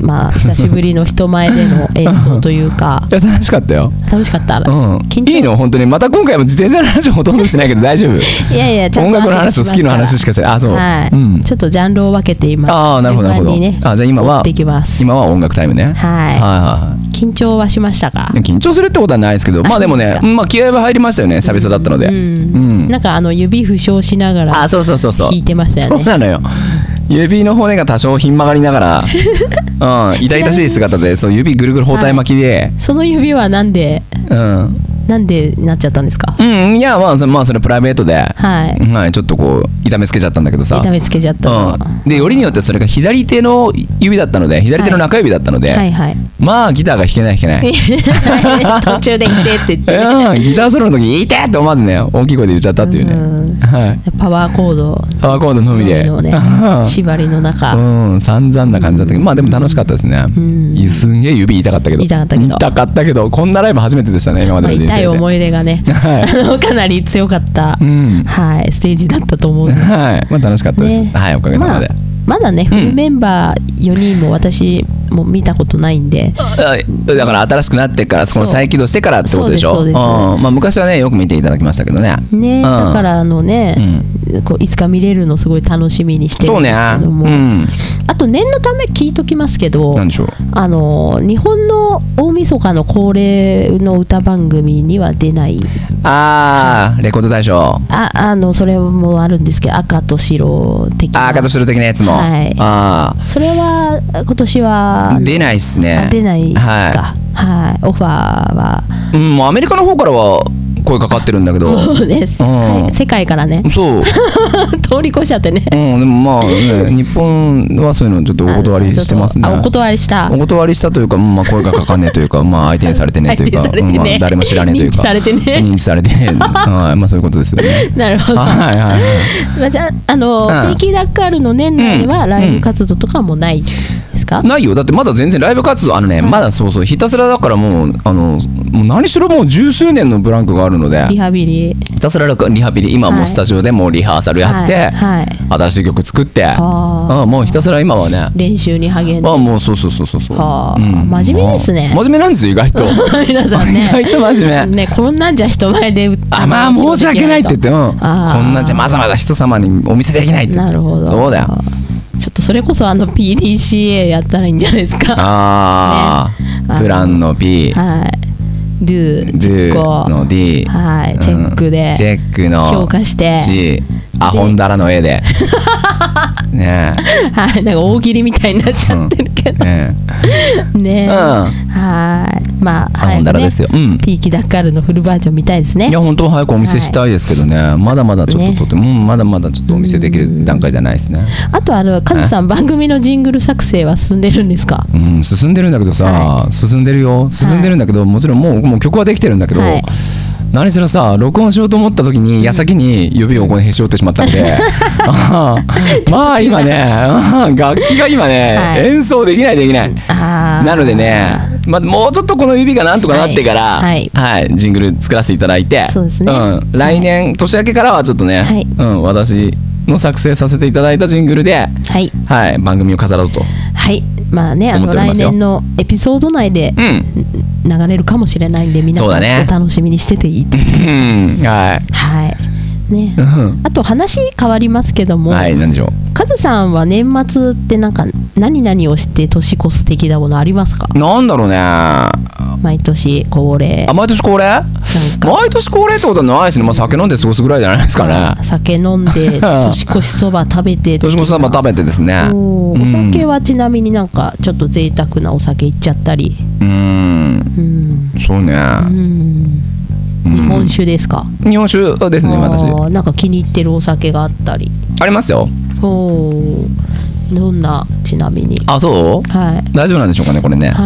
Speaker 1: まあ久しぶりの人前での演奏という か
Speaker 2: いや楽しかったよ
Speaker 1: 楽しかった、
Speaker 2: うん
Speaker 1: 緊張
Speaker 2: いいの本当にまた今回も自転車の話ほとんどしてないけど大丈夫
Speaker 1: いやいやちゃん
Speaker 2: 音
Speaker 1: と
Speaker 2: 楽の話と好きの話し
Speaker 1: か
Speaker 2: かしてないあそう、
Speaker 1: はい、
Speaker 2: うん
Speaker 1: ちょっとジャンルを分けて今
Speaker 2: ああなるほどなるほど、
Speaker 1: 順番にね
Speaker 2: あじゃあ今
Speaker 1: 持
Speaker 2: は
Speaker 1: ってきます
Speaker 2: 今は音楽タイムね
Speaker 1: はい
Speaker 2: はいはいはい
Speaker 1: 緊張はしましたか
Speaker 2: 緊張するってことはないですけど、まあでも
Speaker 1: そうで
Speaker 2: ね
Speaker 1: す、か
Speaker 2: うんまあ気合は入りましたよね、久々だったので。
Speaker 1: う
Speaker 2: うんん。
Speaker 1: なんかあの指負傷しながら
Speaker 2: あ、そうそうそうそう。
Speaker 1: 弾いてましたよ
Speaker 2: そう
Speaker 1: ね
Speaker 2: なのよ。指の骨が多少ひん曲がりなが ら、うん、痛々しい姿で、そう指ぐるぐる包帯巻きで、
Speaker 1: その指はなんで
Speaker 2: うん。
Speaker 1: なんでなっちゃったんですか
Speaker 2: うんいやまあそれ,、まあ、それプライベートで、は
Speaker 1: はい
Speaker 2: い、ちょっとこう痛めつけちゃったんだけどさ
Speaker 1: 痛めつけちゃったの
Speaker 2: うん、でよりによってそれが左手の指だったので左手の中指だったので、
Speaker 1: はいはい
Speaker 2: まあギターが弾けない弾けな い。
Speaker 1: 途中で行ってって言って
Speaker 2: うんギターソロの時「痛い!」って思わずね大きい声で言っちゃったっていうね、
Speaker 1: うん
Speaker 2: はい
Speaker 1: パワーコード
Speaker 2: パワーコードのみで
Speaker 1: のね縛りの中、
Speaker 2: うん散々な感じだったけどまあでも楽しかったですね、
Speaker 1: うん
Speaker 2: いすんげえ指痛かったけど
Speaker 1: 痛かったけど
Speaker 2: 痛かったけどこんなライブ初めてでしたね今まで
Speaker 1: まあ
Speaker 2: の人生
Speaker 1: 痛
Speaker 2: で、
Speaker 1: い思い出がね、
Speaker 2: はい
Speaker 1: あのかなり強かった、
Speaker 2: うん
Speaker 1: はい、ステージだったと 思うんで
Speaker 2: はいまあ楽しかったです、
Speaker 1: ね
Speaker 2: はいおかげさまで、
Speaker 1: まあまだね、フルメンバー4人も私も見たことないんで、
Speaker 2: あだから新しくなってからそこの
Speaker 1: そう
Speaker 2: 再起動してからってことでしょ
Speaker 1: そうですそうです
Speaker 2: んまあ、昔はねよく見ていただきましたけどね
Speaker 1: ね、
Speaker 2: うん
Speaker 1: だからあのね、こういつか見れるのすごい楽しみにしてる
Speaker 2: そ
Speaker 1: ん
Speaker 2: う
Speaker 1: で
Speaker 2: ね
Speaker 1: すけども、
Speaker 2: うん
Speaker 1: あと念のため聞いときますけど
Speaker 2: なんでしょう
Speaker 1: あの日本の大晦日の恒例の歌番組には出ない
Speaker 2: あーレコード大賞
Speaker 1: ああのそれもあるんですけど赤と白的な
Speaker 2: あーカットする的なやつも、
Speaker 1: はい
Speaker 2: あ
Speaker 1: それは今年は
Speaker 2: ー出ないっすね
Speaker 1: あ出ないですか
Speaker 2: は
Speaker 1: はい、オファーは
Speaker 2: うん、もうアメリカの方からは声かかってるんだけど
Speaker 1: もうね、
Speaker 2: うん
Speaker 1: 世界から ね
Speaker 2: そう、
Speaker 1: 通り越しちゃってね
Speaker 2: うん、でもまあ、ね、日本はそういうのちょっとお断りしてますね
Speaker 1: あお断りした
Speaker 2: お断りしたというか、まあ、声がかかんねえというか、まあ、相手にされてねえというか、
Speaker 1: 相手にされてね
Speaker 2: うんまあ誰も知らねえというか
Speaker 1: 認知されてね
Speaker 2: 認知されてねえはいまあそういうことですよね
Speaker 1: なるほど、
Speaker 2: はいはいはい
Speaker 1: まあ、じゃああの、
Speaker 2: うん
Speaker 1: 定期ダッカールの年内はライブ活動とかはもうないですか、
Speaker 2: ないよだってまだ全然ライブ活動あのね、まだそうそうひたすらだからもうあのもう何しろもう十数年のブランクがあるので
Speaker 1: リハビリ
Speaker 2: ひたすらリハビリ今も
Speaker 1: は
Speaker 2: う
Speaker 1: い
Speaker 2: スタジオでもうリハーサルやって、
Speaker 1: はいはい
Speaker 2: 新しい曲作って
Speaker 1: あー
Speaker 2: うんもうひたすら今はね
Speaker 1: 練習に励んで
Speaker 2: あもうそうそうそうそうそう、
Speaker 1: はあ
Speaker 2: うん
Speaker 1: 真面目ですね
Speaker 2: まあ真面目なんですよ意 外と
Speaker 1: 皆さんね
Speaker 2: 意外と真面目
Speaker 1: ねこんなんじゃ人前で
Speaker 2: あまあ申し訳ないって言って、うん、こん
Speaker 1: あー
Speaker 2: なんじゃまだまだ人様にお見せできないって
Speaker 1: なるほど
Speaker 2: そうだよ
Speaker 1: ちょっとそれこそあの PDCA やったらいいんじゃないですか
Speaker 2: ああ、
Speaker 1: ね
Speaker 2: プランの B
Speaker 1: はい。do 実
Speaker 2: do
Speaker 1: 行
Speaker 2: の D
Speaker 1: はいチェックで
Speaker 2: うんチェックの
Speaker 1: 評価して
Speaker 2: C アホンダラの A でね
Speaker 1: はいなんか大喜利みたいになっちゃってるけ
Speaker 2: え
Speaker 1: ど、
Speaker 2: ね
Speaker 1: ね
Speaker 2: えうん
Speaker 1: はいまあ
Speaker 2: アホンダラですよ
Speaker 1: 早くね
Speaker 2: うん
Speaker 1: ピーキダッカールのフルバージョン見たいですね
Speaker 2: いや本当は早くお見せしたいですけどね、まだまだちょっ
Speaker 1: ね
Speaker 2: ととても、うんまだまだちょっとお見せできる段階じゃないですね
Speaker 1: あとあのカズさん番組のジングル作成は進んでるんですか
Speaker 2: うん進んでるんだけどさ、
Speaker 1: は
Speaker 2: 進んでるよ進んでるんだけど、もちろんもうもう曲はできてるんだけど、
Speaker 1: はい
Speaker 2: 何しろさ録音しようと思った時に矢先に指をここにへし折ってしまった んで あーまあ今ねあー楽器が今ね、
Speaker 1: はい
Speaker 2: 演奏できないできない。
Speaker 1: あー
Speaker 2: なのでね、まあ、もうちょっとこの指がなんとかなってから、
Speaker 1: は
Speaker 2: はいいジングル作らせていただいて
Speaker 1: そうですね
Speaker 2: ん、来年、年明けからはちょっとね、
Speaker 1: はい
Speaker 2: うん、私の作成させていただいたジングルで、
Speaker 1: はい
Speaker 2: はい、番組を飾ろうと。
Speaker 1: はいまあねあ
Speaker 2: 思
Speaker 1: の
Speaker 2: っており
Speaker 1: 来
Speaker 2: ますよ
Speaker 1: 年のエピソード内で
Speaker 2: うん
Speaker 1: 流れるかもしれないんで皆さん
Speaker 2: そうだね
Speaker 1: お楽しみにしてていいと
Speaker 2: うんはい。
Speaker 1: はいね
Speaker 2: うん
Speaker 1: あと話変わりますけども、
Speaker 2: はい、なんでしょう。
Speaker 1: カズさんは年末ってなんか何々をして年越す的なものありますか
Speaker 2: なんだろうね。あ、
Speaker 1: 毎年恒例
Speaker 2: 毎年恒例
Speaker 1: んか
Speaker 2: 毎年恒例ってことはないですね。まあ、酒飲んで過ごすぐらいじゃないですかね。
Speaker 1: 酒飲んで 年越しそば食べて
Speaker 2: 年越しそば食べてですね。
Speaker 1: おーお酒
Speaker 2: は。
Speaker 1: はちなみになんかちょっと贅沢なお酒いっちゃったり
Speaker 2: うん、
Speaker 1: うん、
Speaker 2: そうね。
Speaker 1: うん、
Speaker 2: うん
Speaker 1: 日本酒ですか、
Speaker 2: 日本酒ですね、私。
Speaker 1: あーなんか気に入ってるお酒があったり
Speaker 2: ありますよ。
Speaker 1: おーどんなちなみに
Speaker 2: あ、そう
Speaker 1: はい
Speaker 2: 大丈夫なんでしょうかね、これね。
Speaker 1: はい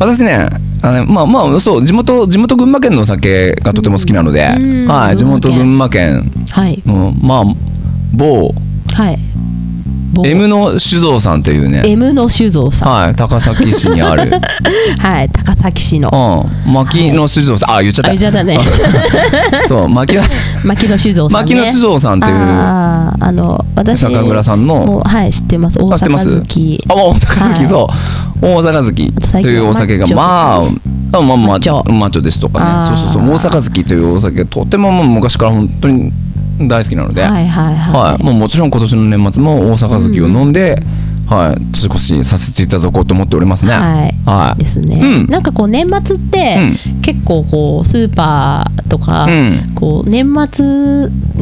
Speaker 2: 私ね、あのまあまあ、そう、地元、地元群馬県のお酒がとても好きなので、
Speaker 1: うん
Speaker 2: はい、地元群
Speaker 1: 群
Speaker 2: 馬県
Speaker 1: はい
Speaker 2: の、まあ、某、
Speaker 1: はいぼ
Speaker 2: M の酒造さんというね。
Speaker 1: M の酒造さん
Speaker 2: はい、高崎市に ある。
Speaker 1: はい、高崎市の。
Speaker 2: うん、牧野酒造さん、あ、言っちゃ
Speaker 1: あれ
Speaker 2: っ
Speaker 1: じゃだね。
Speaker 2: た。そう、牧野、
Speaker 1: 牧野酒造さん、ね。
Speaker 2: 牧野酒造さんっていう
Speaker 1: あーあの、私。
Speaker 2: 酒蔵さん
Speaker 1: もう
Speaker 2: の。
Speaker 1: はい、知ってます。大
Speaker 2: あ、知ってます。
Speaker 1: 阪
Speaker 2: あ、
Speaker 1: 好き。
Speaker 2: 大阪好
Speaker 1: はい
Speaker 2: き、そう。大阪好きというお酒
Speaker 1: 最
Speaker 2: が、
Speaker 1: 近
Speaker 2: まあ。
Speaker 1: は
Speaker 2: あまあまあ、マ
Speaker 1: マッチョ
Speaker 2: ッチョですとか
Speaker 1: あー
Speaker 2: ね、そうそうそう、大阪好きというお酒、とてももう昔から本当に大好きなので。
Speaker 1: は
Speaker 2: はい
Speaker 1: はいはい。
Speaker 2: い、もうもちろん今年の年末も大阪好きを飲んで、はい、年越しさせていただこうと思っておりますね。はい。
Speaker 1: はいですね、
Speaker 2: うん
Speaker 1: なんかこう年末って、結構こうスーパーとか、
Speaker 2: うん。
Speaker 1: こう年末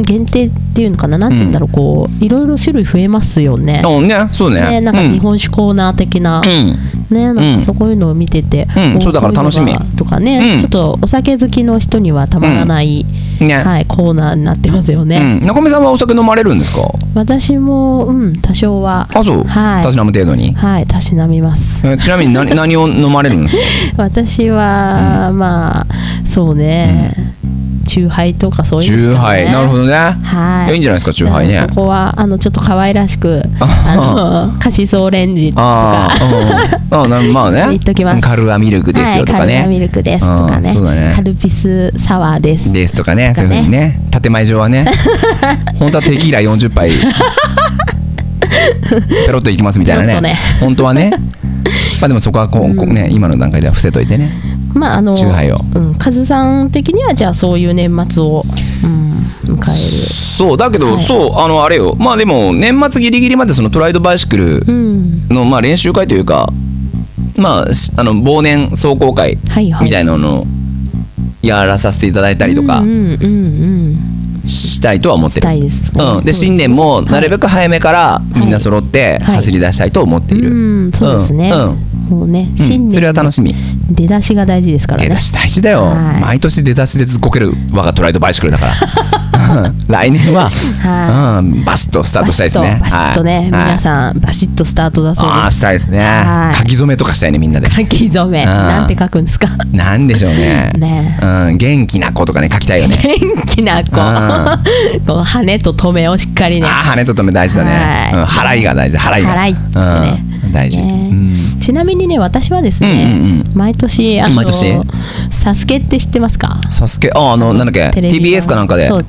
Speaker 1: 限定っていうのかななんて言うんだろう、こういろいろ種類増えますよね。
Speaker 2: うん、ね、そうね。
Speaker 1: ね、なんか
Speaker 2: うん
Speaker 1: 日本酒コーナー的な、
Speaker 2: うん。
Speaker 1: ねなんかそういうのを見てて、
Speaker 2: うん
Speaker 1: お
Speaker 2: そうだから楽し
Speaker 1: こ
Speaker 2: み
Speaker 1: ういうのがとかね、
Speaker 2: うん
Speaker 1: ちょっとお酒好きの人にはたまらない、
Speaker 2: ね。
Speaker 1: はい、コーナーになってますよね。
Speaker 2: うん、中身さんはお酒飲まれるんですか。
Speaker 1: 私も、うん、多少は、
Speaker 2: あ、そう。
Speaker 1: はい
Speaker 2: たしなむ程度に。
Speaker 1: はい、たしなみます。
Speaker 2: えちなみ に何何を飲まれるんですか。
Speaker 1: 私は、まあ、そうね、チューハイとかそういう
Speaker 2: チ
Speaker 1: のです
Speaker 2: ュー
Speaker 1: か
Speaker 2: ハ
Speaker 1: ね
Speaker 2: イ。なるほどね。
Speaker 1: はい
Speaker 2: や
Speaker 1: い。
Speaker 2: いいんじゃないですか、チューハイ
Speaker 1: な
Speaker 2: ね
Speaker 1: ので。ここはあのちょっと可愛らしくあのカシスオレンジと
Speaker 2: あ
Speaker 1: か、
Speaker 2: あ、うん、あ、なまあね。
Speaker 1: 言っときます
Speaker 2: カルアミルクですよとか
Speaker 1: はい、カルダ
Speaker 2: ね。
Speaker 1: ミルクですとか
Speaker 2: あー
Speaker 1: ね
Speaker 2: そうだね
Speaker 1: カルピスサワーです
Speaker 2: ですとかね、
Speaker 1: と
Speaker 2: そう
Speaker 1: か
Speaker 2: い
Speaker 1: ね
Speaker 2: うふうにね、建前上 はね。本当はテキーラ40杯。ペロッといきますみたいな
Speaker 1: ペロ
Speaker 2: ね
Speaker 1: ッとね
Speaker 2: 本当はね。まあでもそこはこう、こうね、今の段階では伏せといてね。
Speaker 1: まああの
Speaker 2: チューハイを
Speaker 1: うん、カズさん的にはじゃあそういう年末を、うん、迎える
Speaker 2: そうだけど、そうあのあれよまあでも年末ギリギリまでそのトライドバイシクル
Speaker 1: うん
Speaker 2: の、まあ、練習会というかまあしあの忘年壮行会
Speaker 1: はいはい
Speaker 2: みたいなのをやらさせていただいたりとか
Speaker 1: うんうんうん
Speaker 2: したいとは思っ
Speaker 1: し
Speaker 2: てる、
Speaker 1: た
Speaker 2: うん
Speaker 1: いですね、
Speaker 2: で新年もなるべく早めからみんな揃って
Speaker 1: はい
Speaker 2: 走り出したいと思っている、
Speaker 1: うんそうですね、
Speaker 2: うん
Speaker 1: もうね
Speaker 2: うん
Speaker 1: 新
Speaker 2: そ
Speaker 1: 年
Speaker 2: れは楽しみ、
Speaker 1: 出だしが大事ですから
Speaker 2: 出
Speaker 1: ね
Speaker 2: だし大事だよ、
Speaker 1: はい
Speaker 2: 毎年出だしでずっこける我がトライドバイシクルだから 来年は、
Speaker 1: は
Speaker 2: うん、バスッとスタートしたいですね
Speaker 1: バシッとバシッとね、
Speaker 2: はい
Speaker 1: 皆さんバシッとスタートだそう
Speaker 2: ああー
Speaker 1: で
Speaker 2: し
Speaker 1: す
Speaker 2: たいですね、
Speaker 1: はい
Speaker 2: 書き初めとかしたいねみんなで
Speaker 1: 書き初め
Speaker 2: あー
Speaker 1: なんて書くんですか
Speaker 2: なんでしょうね
Speaker 1: ね
Speaker 2: うん、元気な子とかね書きたいよね
Speaker 1: 元気な子
Speaker 2: あ
Speaker 1: こう羽と留めをしっかりね
Speaker 2: ああ羽ととめ大事だね、
Speaker 1: はい
Speaker 2: うん、払いが大事払いが
Speaker 1: 払いってね
Speaker 2: うん、大事、
Speaker 1: ね
Speaker 2: うん
Speaker 1: ちなみにね私はですね、
Speaker 2: うんうん
Speaker 1: 毎年あの
Speaker 2: 毎年
Speaker 1: サスケって知ってますか
Speaker 2: サスケああのなんだっけ
Speaker 1: テレビの
Speaker 2: TBS かなんかで
Speaker 1: そう
Speaker 2: はい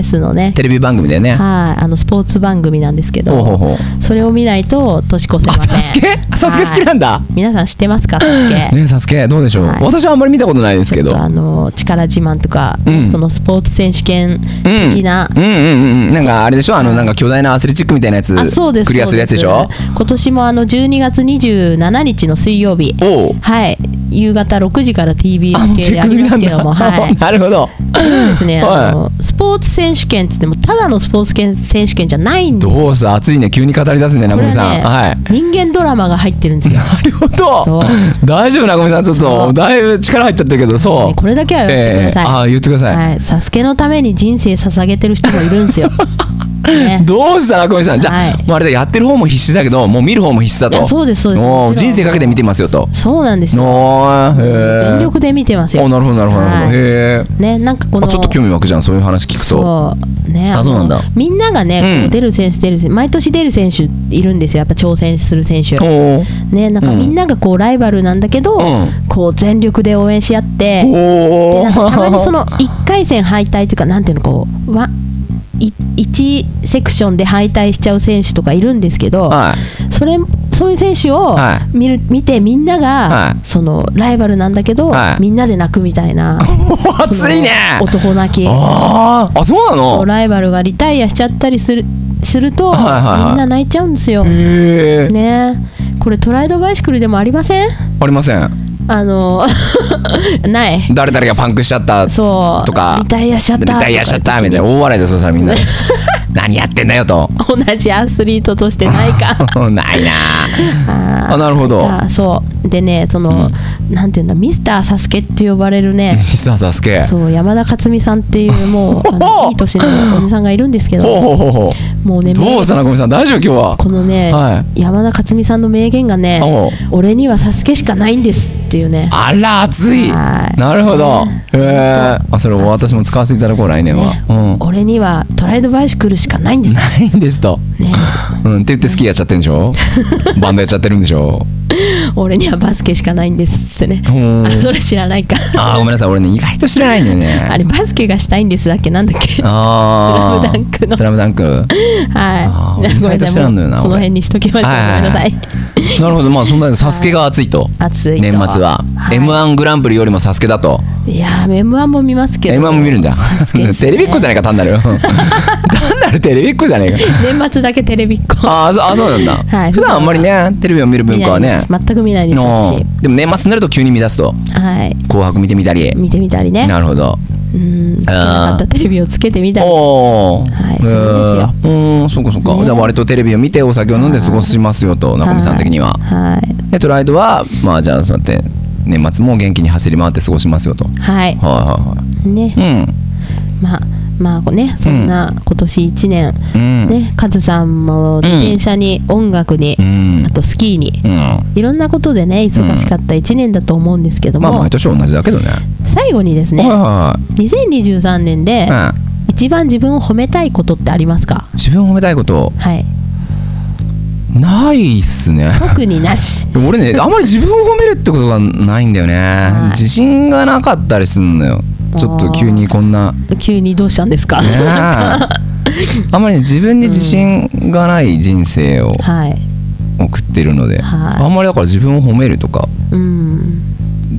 Speaker 1: TBS のね
Speaker 2: テレビ番組だよね
Speaker 1: はいあのスポーツ番組なんですけど
Speaker 2: ほうほうほう
Speaker 1: それを見ないと年越せま
Speaker 2: あ
Speaker 1: せん
Speaker 2: サスケあサスケ好きなんだ、
Speaker 1: はい皆さん知ってますかサスケ、
Speaker 2: ねサスケどうでしょう、
Speaker 1: はい
Speaker 2: 私はあんまり見たことないですけど
Speaker 1: あの力自慢とか、
Speaker 2: うん
Speaker 1: そのスポーツ選手権
Speaker 2: うん
Speaker 1: 的な、
Speaker 2: うんうんうんうんなんかあれでしょあのなんか巨大なアスレチックみたいなやつ
Speaker 1: あそうです
Speaker 2: クリアするやつでし
Speaker 1: そう
Speaker 2: ょ
Speaker 1: す今年もあの12月27日の水曜日
Speaker 2: おう
Speaker 1: はい夕方6時から TBS
Speaker 2: あもう
Speaker 1: 系
Speaker 2: チェ
Speaker 1: で
Speaker 2: ッ
Speaker 1: あ
Speaker 2: ク済
Speaker 1: り
Speaker 2: み
Speaker 1: ま
Speaker 2: な
Speaker 1: す
Speaker 2: ん
Speaker 1: け
Speaker 2: だ
Speaker 1: どもはい
Speaker 2: なるほど
Speaker 1: これはですね、
Speaker 2: はい
Speaker 1: あのスポーツ選手権って言ってもただのスポーツ権選手権じゃないんです
Speaker 2: どうした暑いね急に語り出すね
Speaker 1: こ
Speaker 2: 中
Speaker 1: れ
Speaker 2: 森
Speaker 1: は
Speaker 2: さん
Speaker 1: ね、
Speaker 2: はい
Speaker 1: 人間ドラマが入ってるんですよ。
Speaker 2: なるほ
Speaker 1: そう
Speaker 2: ど大丈夫中森さんちょっ
Speaker 1: そう
Speaker 2: とだいぶ力入っちゃったけどそう
Speaker 1: これだけは言わせてください。
Speaker 2: ええああ言ってください、
Speaker 1: はい、サスケのために人生捧げてる人もいるんですよ。 ね、
Speaker 2: どうした中森さんじゃあ、
Speaker 1: はい
Speaker 2: もうあれだやってる方も必死だけどもう見る方も必死だ
Speaker 1: い
Speaker 2: と
Speaker 1: やそうですそうです
Speaker 2: おー
Speaker 1: もちろん
Speaker 2: 人生かけて見てますよと
Speaker 1: そうなんですよ。
Speaker 2: おーへー
Speaker 1: 全力で見てますよ。
Speaker 2: おなるほどなるほどなるほど、
Speaker 1: はい
Speaker 2: へ
Speaker 1: ね、なんかこ
Speaker 2: え
Speaker 1: の。
Speaker 2: ちょっと興味湧くじゃんそういう話聞くと
Speaker 1: そうね、
Speaker 2: あ
Speaker 1: の
Speaker 2: そうなんだ
Speaker 1: みんながね、
Speaker 2: うん
Speaker 1: こう出る選手出る選手毎年出る選手いるんですよやっぱ挑戦する選手
Speaker 2: おー
Speaker 1: ねなんか
Speaker 2: うん
Speaker 1: みんながこうライバルなんだけど、
Speaker 2: うん
Speaker 1: こう全力で応援し合って、で
Speaker 2: お
Speaker 1: なんか
Speaker 2: ー
Speaker 1: たまにその1回戦敗退というかなんていうのこうわい1セクションで敗退しちゃう選手とかいるんですけど、
Speaker 2: はい
Speaker 1: それそういう選手を
Speaker 2: は
Speaker 1: 見る、見てみんなが、
Speaker 2: はい
Speaker 1: そのライバルなんだけど、
Speaker 2: はい
Speaker 1: みんなで泣くみたい な
Speaker 2: 暑いね
Speaker 1: その男泣き
Speaker 2: あーあそうな
Speaker 1: そう
Speaker 2: の
Speaker 1: ライバルがリタイアしちゃったりするすると、
Speaker 2: はいはいはい
Speaker 1: みんな泣いちゃうんですよ。
Speaker 2: へえ
Speaker 1: ねこれトライドバイシクルでもありません
Speaker 2: ありません
Speaker 1: あの ない
Speaker 2: 誰々がパンクしちゃった
Speaker 1: そう
Speaker 2: とか
Speaker 1: リタイアしちゃった
Speaker 2: リタイアしちゃったみたいな
Speaker 1: と
Speaker 2: 大笑いでそしたらみ んな何やってんだよと
Speaker 1: か同じアスリートとしてないか
Speaker 2: ないな
Speaker 1: あー
Speaker 2: あなるほど
Speaker 1: なんかそうでねその、なんていうんだミスターサスケって呼ばれるね
Speaker 2: ミスターサスケ
Speaker 1: そう山田勝美さんっていうもうあ のいい年のおじさんがいるんですけ
Speaker 2: ほう
Speaker 1: ど
Speaker 2: ほうほうほ
Speaker 1: もうね
Speaker 2: うどうした中森さん大丈夫今日は
Speaker 1: このね、
Speaker 2: は
Speaker 1: 山田勝美さんの名言がね
Speaker 2: おう
Speaker 1: 「俺にはサスケしかないんです」っていうね
Speaker 2: あら暑い
Speaker 1: はい
Speaker 2: なるほどへえあそれ私も使わせていただこう来年は
Speaker 1: ね
Speaker 2: うん
Speaker 1: 俺にはトライドバイシクルしかないんです、
Speaker 2: ないんですと
Speaker 1: ね、
Speaker 2: うんって言ってスキーやっちゃってんでしょバンドやっちゃってるんでしょ
Speaker 1: 俺にはバスケしかないんですってね
Speaker 2: ほう
Speaker 1: あそれ知らないか
Speaker 2: あーごめんなさい俺ね意外と知らないんだよ
Speaker 1: あ
Speaker 2: ね
Speaker 1: れバスケがしたいんですだっけなんだっけは
Speaker 2: ああ
Speaker 1: スラムダンクの
Speaker 2: スラムダンク
Speaker 1: い
Speaker 2: あー
Speaker 1: ごめ
Speaker 2: 意外と知らんのよな
Speaker 1: もうこの
Speaker 2: 俺
Speaker 1: 辺にしときましょうご
Speaker 2: はい
Speaker 1: めんな
Speaker 2: はい
Speaker 1: さ
Speaker 2: はい
Speaker 1: い
Speaker 2: なるほどまあそんなにサスケが熱いと
Speaker 1: 暑いと
Speaker 2: 年末は、
Speaker 1: はい
Speaker 2: m 1グランプリよりもサスケだと
Speaker 1: いやー M1 も見ますけど
Speaker 2: m 1も見るんだ、
Speaker 1: サスケですね
Speaker 2: テレビっ子じゃないか単なる単なるテレビっ子じゃないか
Speaker 1: 年末だけテレビっ子
Speaker 2: あーそあそうなんだ、
Speaker 1: はい
Speaker 2: 普段あんまりねテレビを見る文化は
Speaker 1: 見ない
Speaker 2: ね
Speaker 1: です全く見ないです
Speaker 2: の
Speaker 1: 私
Speaker 2: でも年末になると急に見出すと
Speaker 1: はい
Speaker 2: 「紅白」見てみたり、
Speaker 1: 見てみたりね
Speaker 2: なるほど
Speaker 1: うんつけなかったテレビをつけてみたり
Speaker 2: おお
Speaker 1: はいそうなん
Speaker 2: ですようんそうかそうか、
Speaker 1: ね
Speaker 2: じゃあ割とテレビを見てお酒を飲んで過ごしますよと中身さん的には、
Speaker 1: はい
Speaker 2: でトライドはまあじゃあそうやって年末も元気に走り回って過ごしますよとはい
Speaker 1: はい、は、
Speaker 2: はい
Speaker 1: ね
Speaker 2: いはい
Speaker 1: まあまあねそんな今年1年、
Speaker 2: うんうん
Speaker 1: ねカズさんも自転車に音楽に
Speaker 2: う、ん
Speaker 1: あとスキーに
Speaker 2: うん
Speaker 1: いろんなことでね忙しかった1年だと思うんですけど
Speaker 2: まあ
Speaker 1: も、
Speaker 2: 毎年同じだけどね
Speaker 1: 最後にです
Speaker 2: はい
Speaker 1: ね
Speaker 2: は
Speaker 1: 2023年で
Speaker 2: いはい、
Speaker 1: 一番自分を褒めたいことってありますか
Speaker 2: うん、自分を褒めたいこと
Speaker 1: はい
Speaker 2: ないっすね
Speaker 1: 特になし
Speaker 2: でも俺 ねあんまり自分を褒めるってことがないんだよね、
Speaker 1: い
Speaker 2: 自信がなかったりすんのよちょっと急にこんな
Speaker 1: 急にどうしたんですか、
Speaker 2: ねえ あんまりね自分に自信がない人生を
Speaker 1: はい
Speaker 2: 送ってるので、
Speaker 1: はい
Speaker 2: あんまりだから自分を褒めるとか、
Speaker 1: うん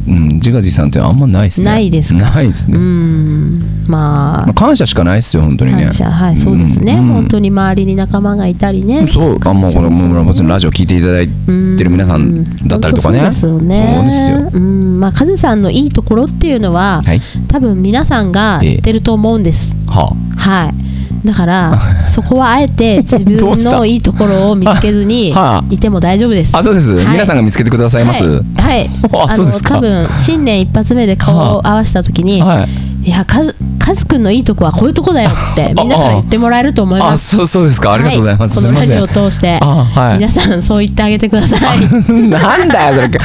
Speaker 2: うん、自画自賛っていうのはあんまないですね
Speaker 1: ないですか
Speaker 2: ないです
Speaker 1: う
Speaker 2: ね、
Speaker 1: んまあ
Speaker 2: まあ感謝しかないですよ本当にね
Speaker 1: 感謝はいそうですね、
Speaker 2: うん
Speaker 1: 本当に周りに仲間がいたりね
Speaker 2: そうあもうこれもう別にラジオ聞いていただいてる皆さんだったりとかね、
Speaker 1: うん本当そうですよね
Speaker 2: そうですよ
Speaker 1: うんまあカズさんのいいところっていうのは、
Speaker 2: はい
Speaker 1: 多分皆さんが知ってると思うんです、
Speaker 2: は
Speaker 1: はいだからそこはあえて自分
Speaker 2: どうした
Speaker 1: のいいところを見つけずに
Speaker 2: はあ
Speaker 1: いても大丈夫です
Speaker 2: あ、あそうです、
Speaker 1: はい
Speaker 2: 皆さんが見つけてくださいます、
Speaker 1: はい、はい、
Speaker 2: あそうですか
Speaker 1: 多分新年一発目で顔を合わせた時に、
Speaker 2: はい
Speaker 1: い、やカズカズくんのいいとこはこういうとこだよってみんなから言ってもらえると思い
Speaker 2: あ
Speaker 1: ます
Speaker 2: そうそうですかありがとうございます、
Speaker 1: はこのラ
Speaker 2: す
Speaker 1: ジ
Speaker 2: い
Speaker 1: オ
Speaker 2: ま
Speaker 1: を
Speaker 2: せん
Speaker 1: 通して
Speaker 2: あはい
Speaker 1: 皆さんそう言ってあげてください
Speaker 2: なんだよそれか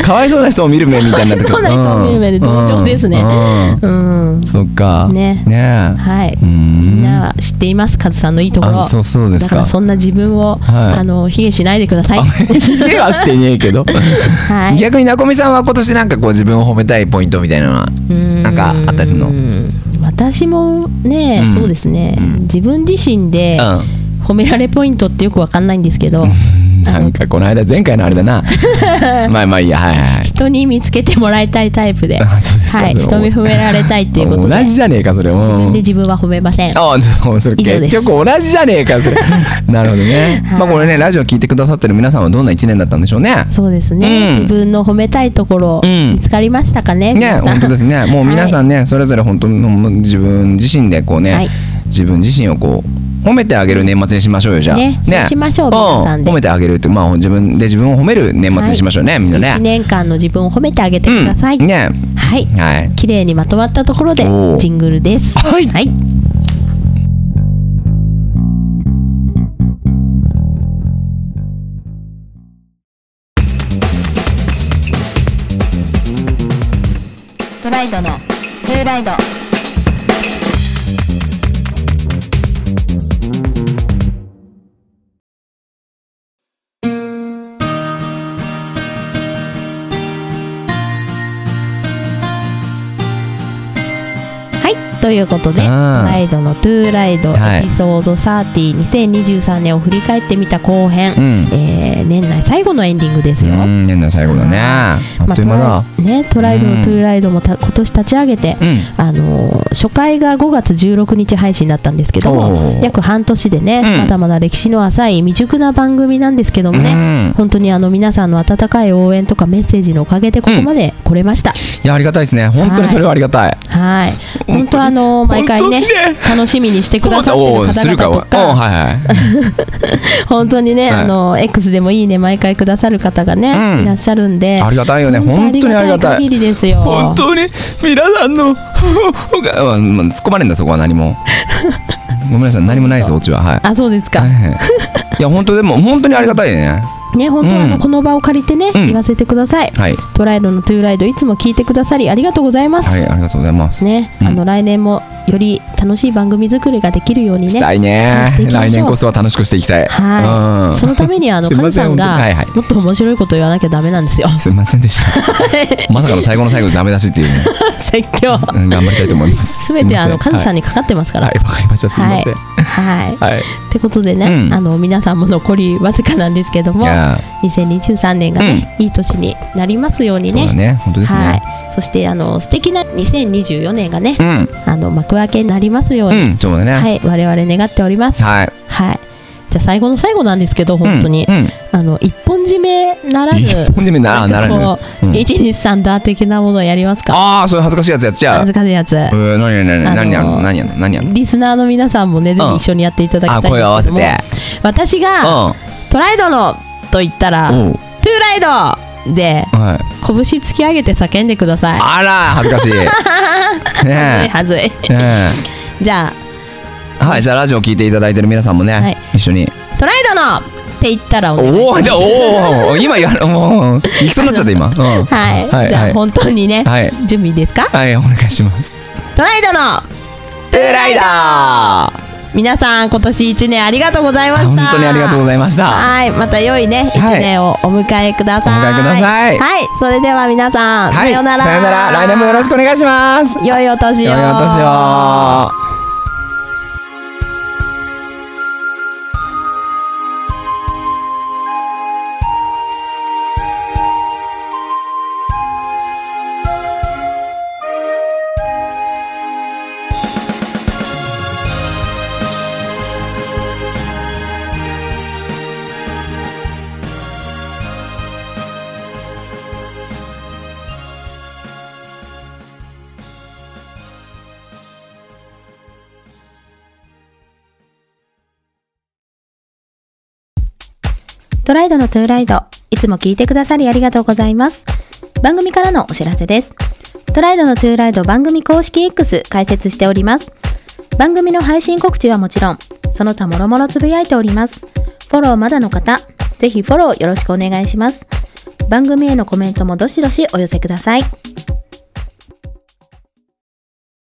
Speaker 2: かわいそうな人を見る目みたいになってくる
Speaker 1: そうな人を見る目で同情ですね
Speaker 2: うんうん
Speaker 1: うん
Speaker 2: そっか
Speaker 1: ね
Speaker 2: ねえ
Speaker 1: はい、
Speaker 2: うー
Speaker 1: みん
Speaker 2: ん
Speaker 1: なは 知っていますカズさんのいいところ
Speaker 2: あそうそうですか
Speaker 1: だからそんな自分を、
Speaker 2: はい
Speaker 1: あの卑下しないでくだ さい
Speaker 2: 家はしてねえけど、
Speaker 1: はい
Speaker 2: 逆になこみさんは今年なんかこう自分を褒めたいポイントみたいなのは
Speaker 1: な
Speaker 2: なんかあったりするの
Speaker 1: 私もね、
Speaker 2: うん
Speaker 1: そうですね、
Speaker 2: うん
Speaker 1: 自分自身で褒められポイントってよくわかんないんですけど、
Speaker 2: うん
Speaker 1: あ
Speaker 2: な
Speaker 1: の
Speaker 2: んかこの間前回のあれ だなまあまあいいやはいはいはい
Speaker 1: 人に見つけてもらいたいタイプで
Speaker 2: あ そうですか
Speaker 1: はい、人に褒められたいっていうことで
Speaker 2: 同じじゃねえかそれ
Speaker 1: 自分で
Speaker 2: うん
Speaker 1: 自分は褒めません
Speaker 2: あそうそれ
Speaker 1: 以上です
Speaker 2: 結局同じじゃねえか それなるほどね、
Speaker 1: はい
Speaker 2: まあこれねラジオ聞いてくださってる皆さんはどんな一年だったんでしょうね
Speaker 1: そうですね、
Speaker 2: うん
Speaker 1: 自分の褒めたいところ、
Speaker 2: うん
Speaker 1: 見つかりましたかね
Speaker 2: ね
Speaker 1: 皆さん
Speaker 2: 本当ですねもう皆さんね、それぞれ本当のもう自分自身でこうね、
Speaker 1: はい
Speaker 2: 自分自身をこう褒めてあげる年末にしましょうよじゃあ
Speaker 1: ねそうしましょう皆さんで
Speaker 2: 褒めてあげるってまあ自分で自分を褒める年末にしましょうね、みんな
Speaker 1: 1
Speaker 2: ね
Speaker 1: 年間の自分を褒めてあげてください、
Speaker 2: うん、ね
Speaker 1: はい
Speaker 2: はい
Speaker 1: 綺麗にまとまったところで
Speaker 2: おー
Speaker 1: ジングルです
Speaker 2: はい
Speaker 1: はい、
Speaker 3: トライドのトゥーライド
Speaker 1: はいということで「
Speaker 2: うん
Speaker 1: ライドのトゥーライド」
Speaker 2: はい
Speaker 1: エピソード302023年を振り返ってみた後編、
Speaker 2: うん、
Speaker 1: えー年内最後のエンディングですよ、
Speaker 2: うん、年内最後だねあっという間だ、
Speaker 1: まあトライね、トライド
Speaker 2: う
Speaker 1: の
Speaker 2: ん
Speaker 1: トゥーライドもた今年立ち上げて、
Speaker 2: うん
Speaker 1: あのー初回が5月16日配信だったんですけど
Speaker 2: お
Speaker 1: も
Speaker 2: ー
Speaker 1: 約半年でね、
Speaker 2: うん
Speaker 1: まだまだ歴史の浅い未熟な番組なんですけどもね、
Speaker 2: うん
Speaker 1: 本当にあの皆さんの温かい応援とかメッセージのおかげでここまで来れました、
Speaker 2: いやありがたいですね本当にそれはありがたい、
Speaker 1: はい本当あのー毎回ね
Speaker 2: 本当
Speaker 1: 楽しみにしてくださって
Speaker 2: お
Speaker 1: る
Speaker 2: おす
Speaker 1: 方
Speaker 2: るか
Speaker 1: 々
Speaker 2: お
Speaker 1: と
Speaker 2: お
Speaker 1: か
Speaker 2: はい
Speaker 1: 本当にね、
Speaker 2: はい
Speaker 1: あのー X でもいいね毎回くださる方がね、
Speaker 2: うん
Speaker 1: いらっしゃるんで
Speaker 2: はいありがたいよね本当にありがたい
Speaker 1: 限りですよ
Speaker 2: 本当に皆さんのあまあ突っ込まれんだそこは 何もごめんなさい何もないですオチははい
Speaker 1: あそうですか、
Speaker 2: はいはいいや本当でも本当にありがたいね
Speaker 1: ね本当はあの、
Speaker 2: うん
Speaker 1: この場を借りてね、
Speaker 2: うん
Speaker 1: 言わせてください、
Speaker 2: はい
Speaker 1: トライドのトゥーライドいつも聞いてくださりありがとうございます、
Speaker 2: はいありがとうございます、
Speaker 1: ね、
Speaker 2: うん
Speaker 1: あの来年もより楽しい番組作りができるように
Speaker 2: した
Speaker 1: ね
Speaker 2: いね
Speaker 1: していきましょう
Speaker 2: 来年こそは楽しくしていきたい
Speaker 1: はい、そ
Speaker 2: うん
Speaker 1: のためにあの
Speaker 2: すい
Speaker 1: カ
Speaker 2: ま
Speaker 1: ズ
Speaker 2: せん
Speaker 1: さんが、
Speaker 2: 本当にはいはい
Speaker 1: もっと面白いこと言わなきゃダメなん ですよ
Speaker 2: すいませんでした まさかの最後の最後でダメ出しっていうね
Speaker 1: 説教
Speaker 2: うん頑張りたいと思いま す
Speaker 1: すべてあのカズさん
Speaker 2: に
Speaker 1: にかかってますから
Speaker 2: はいわ、かりましたすいません、
Speaker 1: ははい。っ
Speaker 2: はい。
Speaker 1: てことでね、
Speaker 2: うん
Speaker 1: あの皆さんも残りわずかなんですけど
Speaker 2: い
Speaker 1: も、
Speaker 2: や
Speaker 1: 2023年がね、いい年になりますように
Speaker 2: ー、そうだ
Speaker 1: ね。
Speaker 2: ね。本当です
Speaker 1: は
Speaker 2: ね。
Speaker 1: い。そしてあの素敵な2024年がね、あの幕開けになりますよう
Speaker 2: う
Speaker 1: に、
Speaker 2: ん、うん、そうだ
Speaker 1: は
Speaker 2: ね。
Speaker 1: い我々願っております。はい。
Speaker 2: はい。
Speaker 1: じゃあ最後の最後なんですけど本当に、
Speaker 2: うんうん
Speaker 1: あの一本締めならず、
Speaker 2: 一本締めなあならぬ
Speaker 1: こう
Speaker 2: うん
Speaker 1: 一日三だ的なものをやりますか。
Speaker 2: ああ、そういう恥ずかしいやつやっちゃう
Speaker 1: 恥。ずかしいやつ。
Speaker 2: えー、何やる
Speaker 1: あのー
Speaker 2: 何やる何やる何やる
Speaker 1: リスナーの皆さんもね、ぜ
Speaker 2: うん
Speaker 1: ひ一緒にやっていただきたい
Speaker 2: あ
Speaker 1: んですけ
Speaker 2: 声を
Speaker 1: ども
Speaker 2: 合わせて。
Speaker 1: 私
Speaker 2: う
Speaker 1: が、
Speaker 2: ん。
Speaker 1: トライドのと言ったら、
Speaker 2: おう
Speaker 1: トゥーライドで、
Speaker 2: はい。
Speaker 1: 拳突き上げて叫んでください。
Speaker 2: あら恥ずかしい。 ね
Speaker 1: はずい、はず
Speaker 2: え。ね
Speaker 1: い。じゃあ、
Speaker 2: え。はい、じゃあラジオ聞いていただいてる皆さんもね、
Speaker 1: はい
Speaker 2: 一緒に。
Speaker 1: トライドのって言ったらお願いし
Speaker 2: お
Speaker 1: ま
Speaker 2: お、
Speaker 1: す。
Speaker 2: でおお、今やる、もう、行きそうになっちゃった今。うん。
Speaker 1: はい、
Speaker 2: はい
Speaker 1: じゃあ、
Speaker 2: はい
Speaker 1: 本当にね、
Speaker 2: はい。
Speaker 1: 準備いいですか
Speaker 2: はい、お願いします。
Speaker 1: トライドの
Speaker 2: トゥーライダー。
Speaker 1: 皆さん今年一年ありがとうございました
Speaker 2: 本当にありがとうございました。
Speaker 1: はいまた良いね一
Speaker 2: はい
Speaker 1: 年をお迎えください
Speaker 2: お迎えください
Speaker 1: はいそれでは皆さん、
Speaker 2: はい、
Speaker 1: さようなら
Speaker 2: さよなら、来年もよろしくお願いします。よ
Speaker 1: 良いお年を
Speaker 2: いお年を。
Speaker 3: トライドのトゥーライド、いつも聞いてくださりありがとうございます。番組からのお知らせです。トライドのトゥーライド番組公式 X 開設しております。番組の配信告知はもちろん、その他もろもろつぶやいております。フォローまだの方、ぜひフォローよろしくお願いします。番組へのコメントもどしどしお寄せください。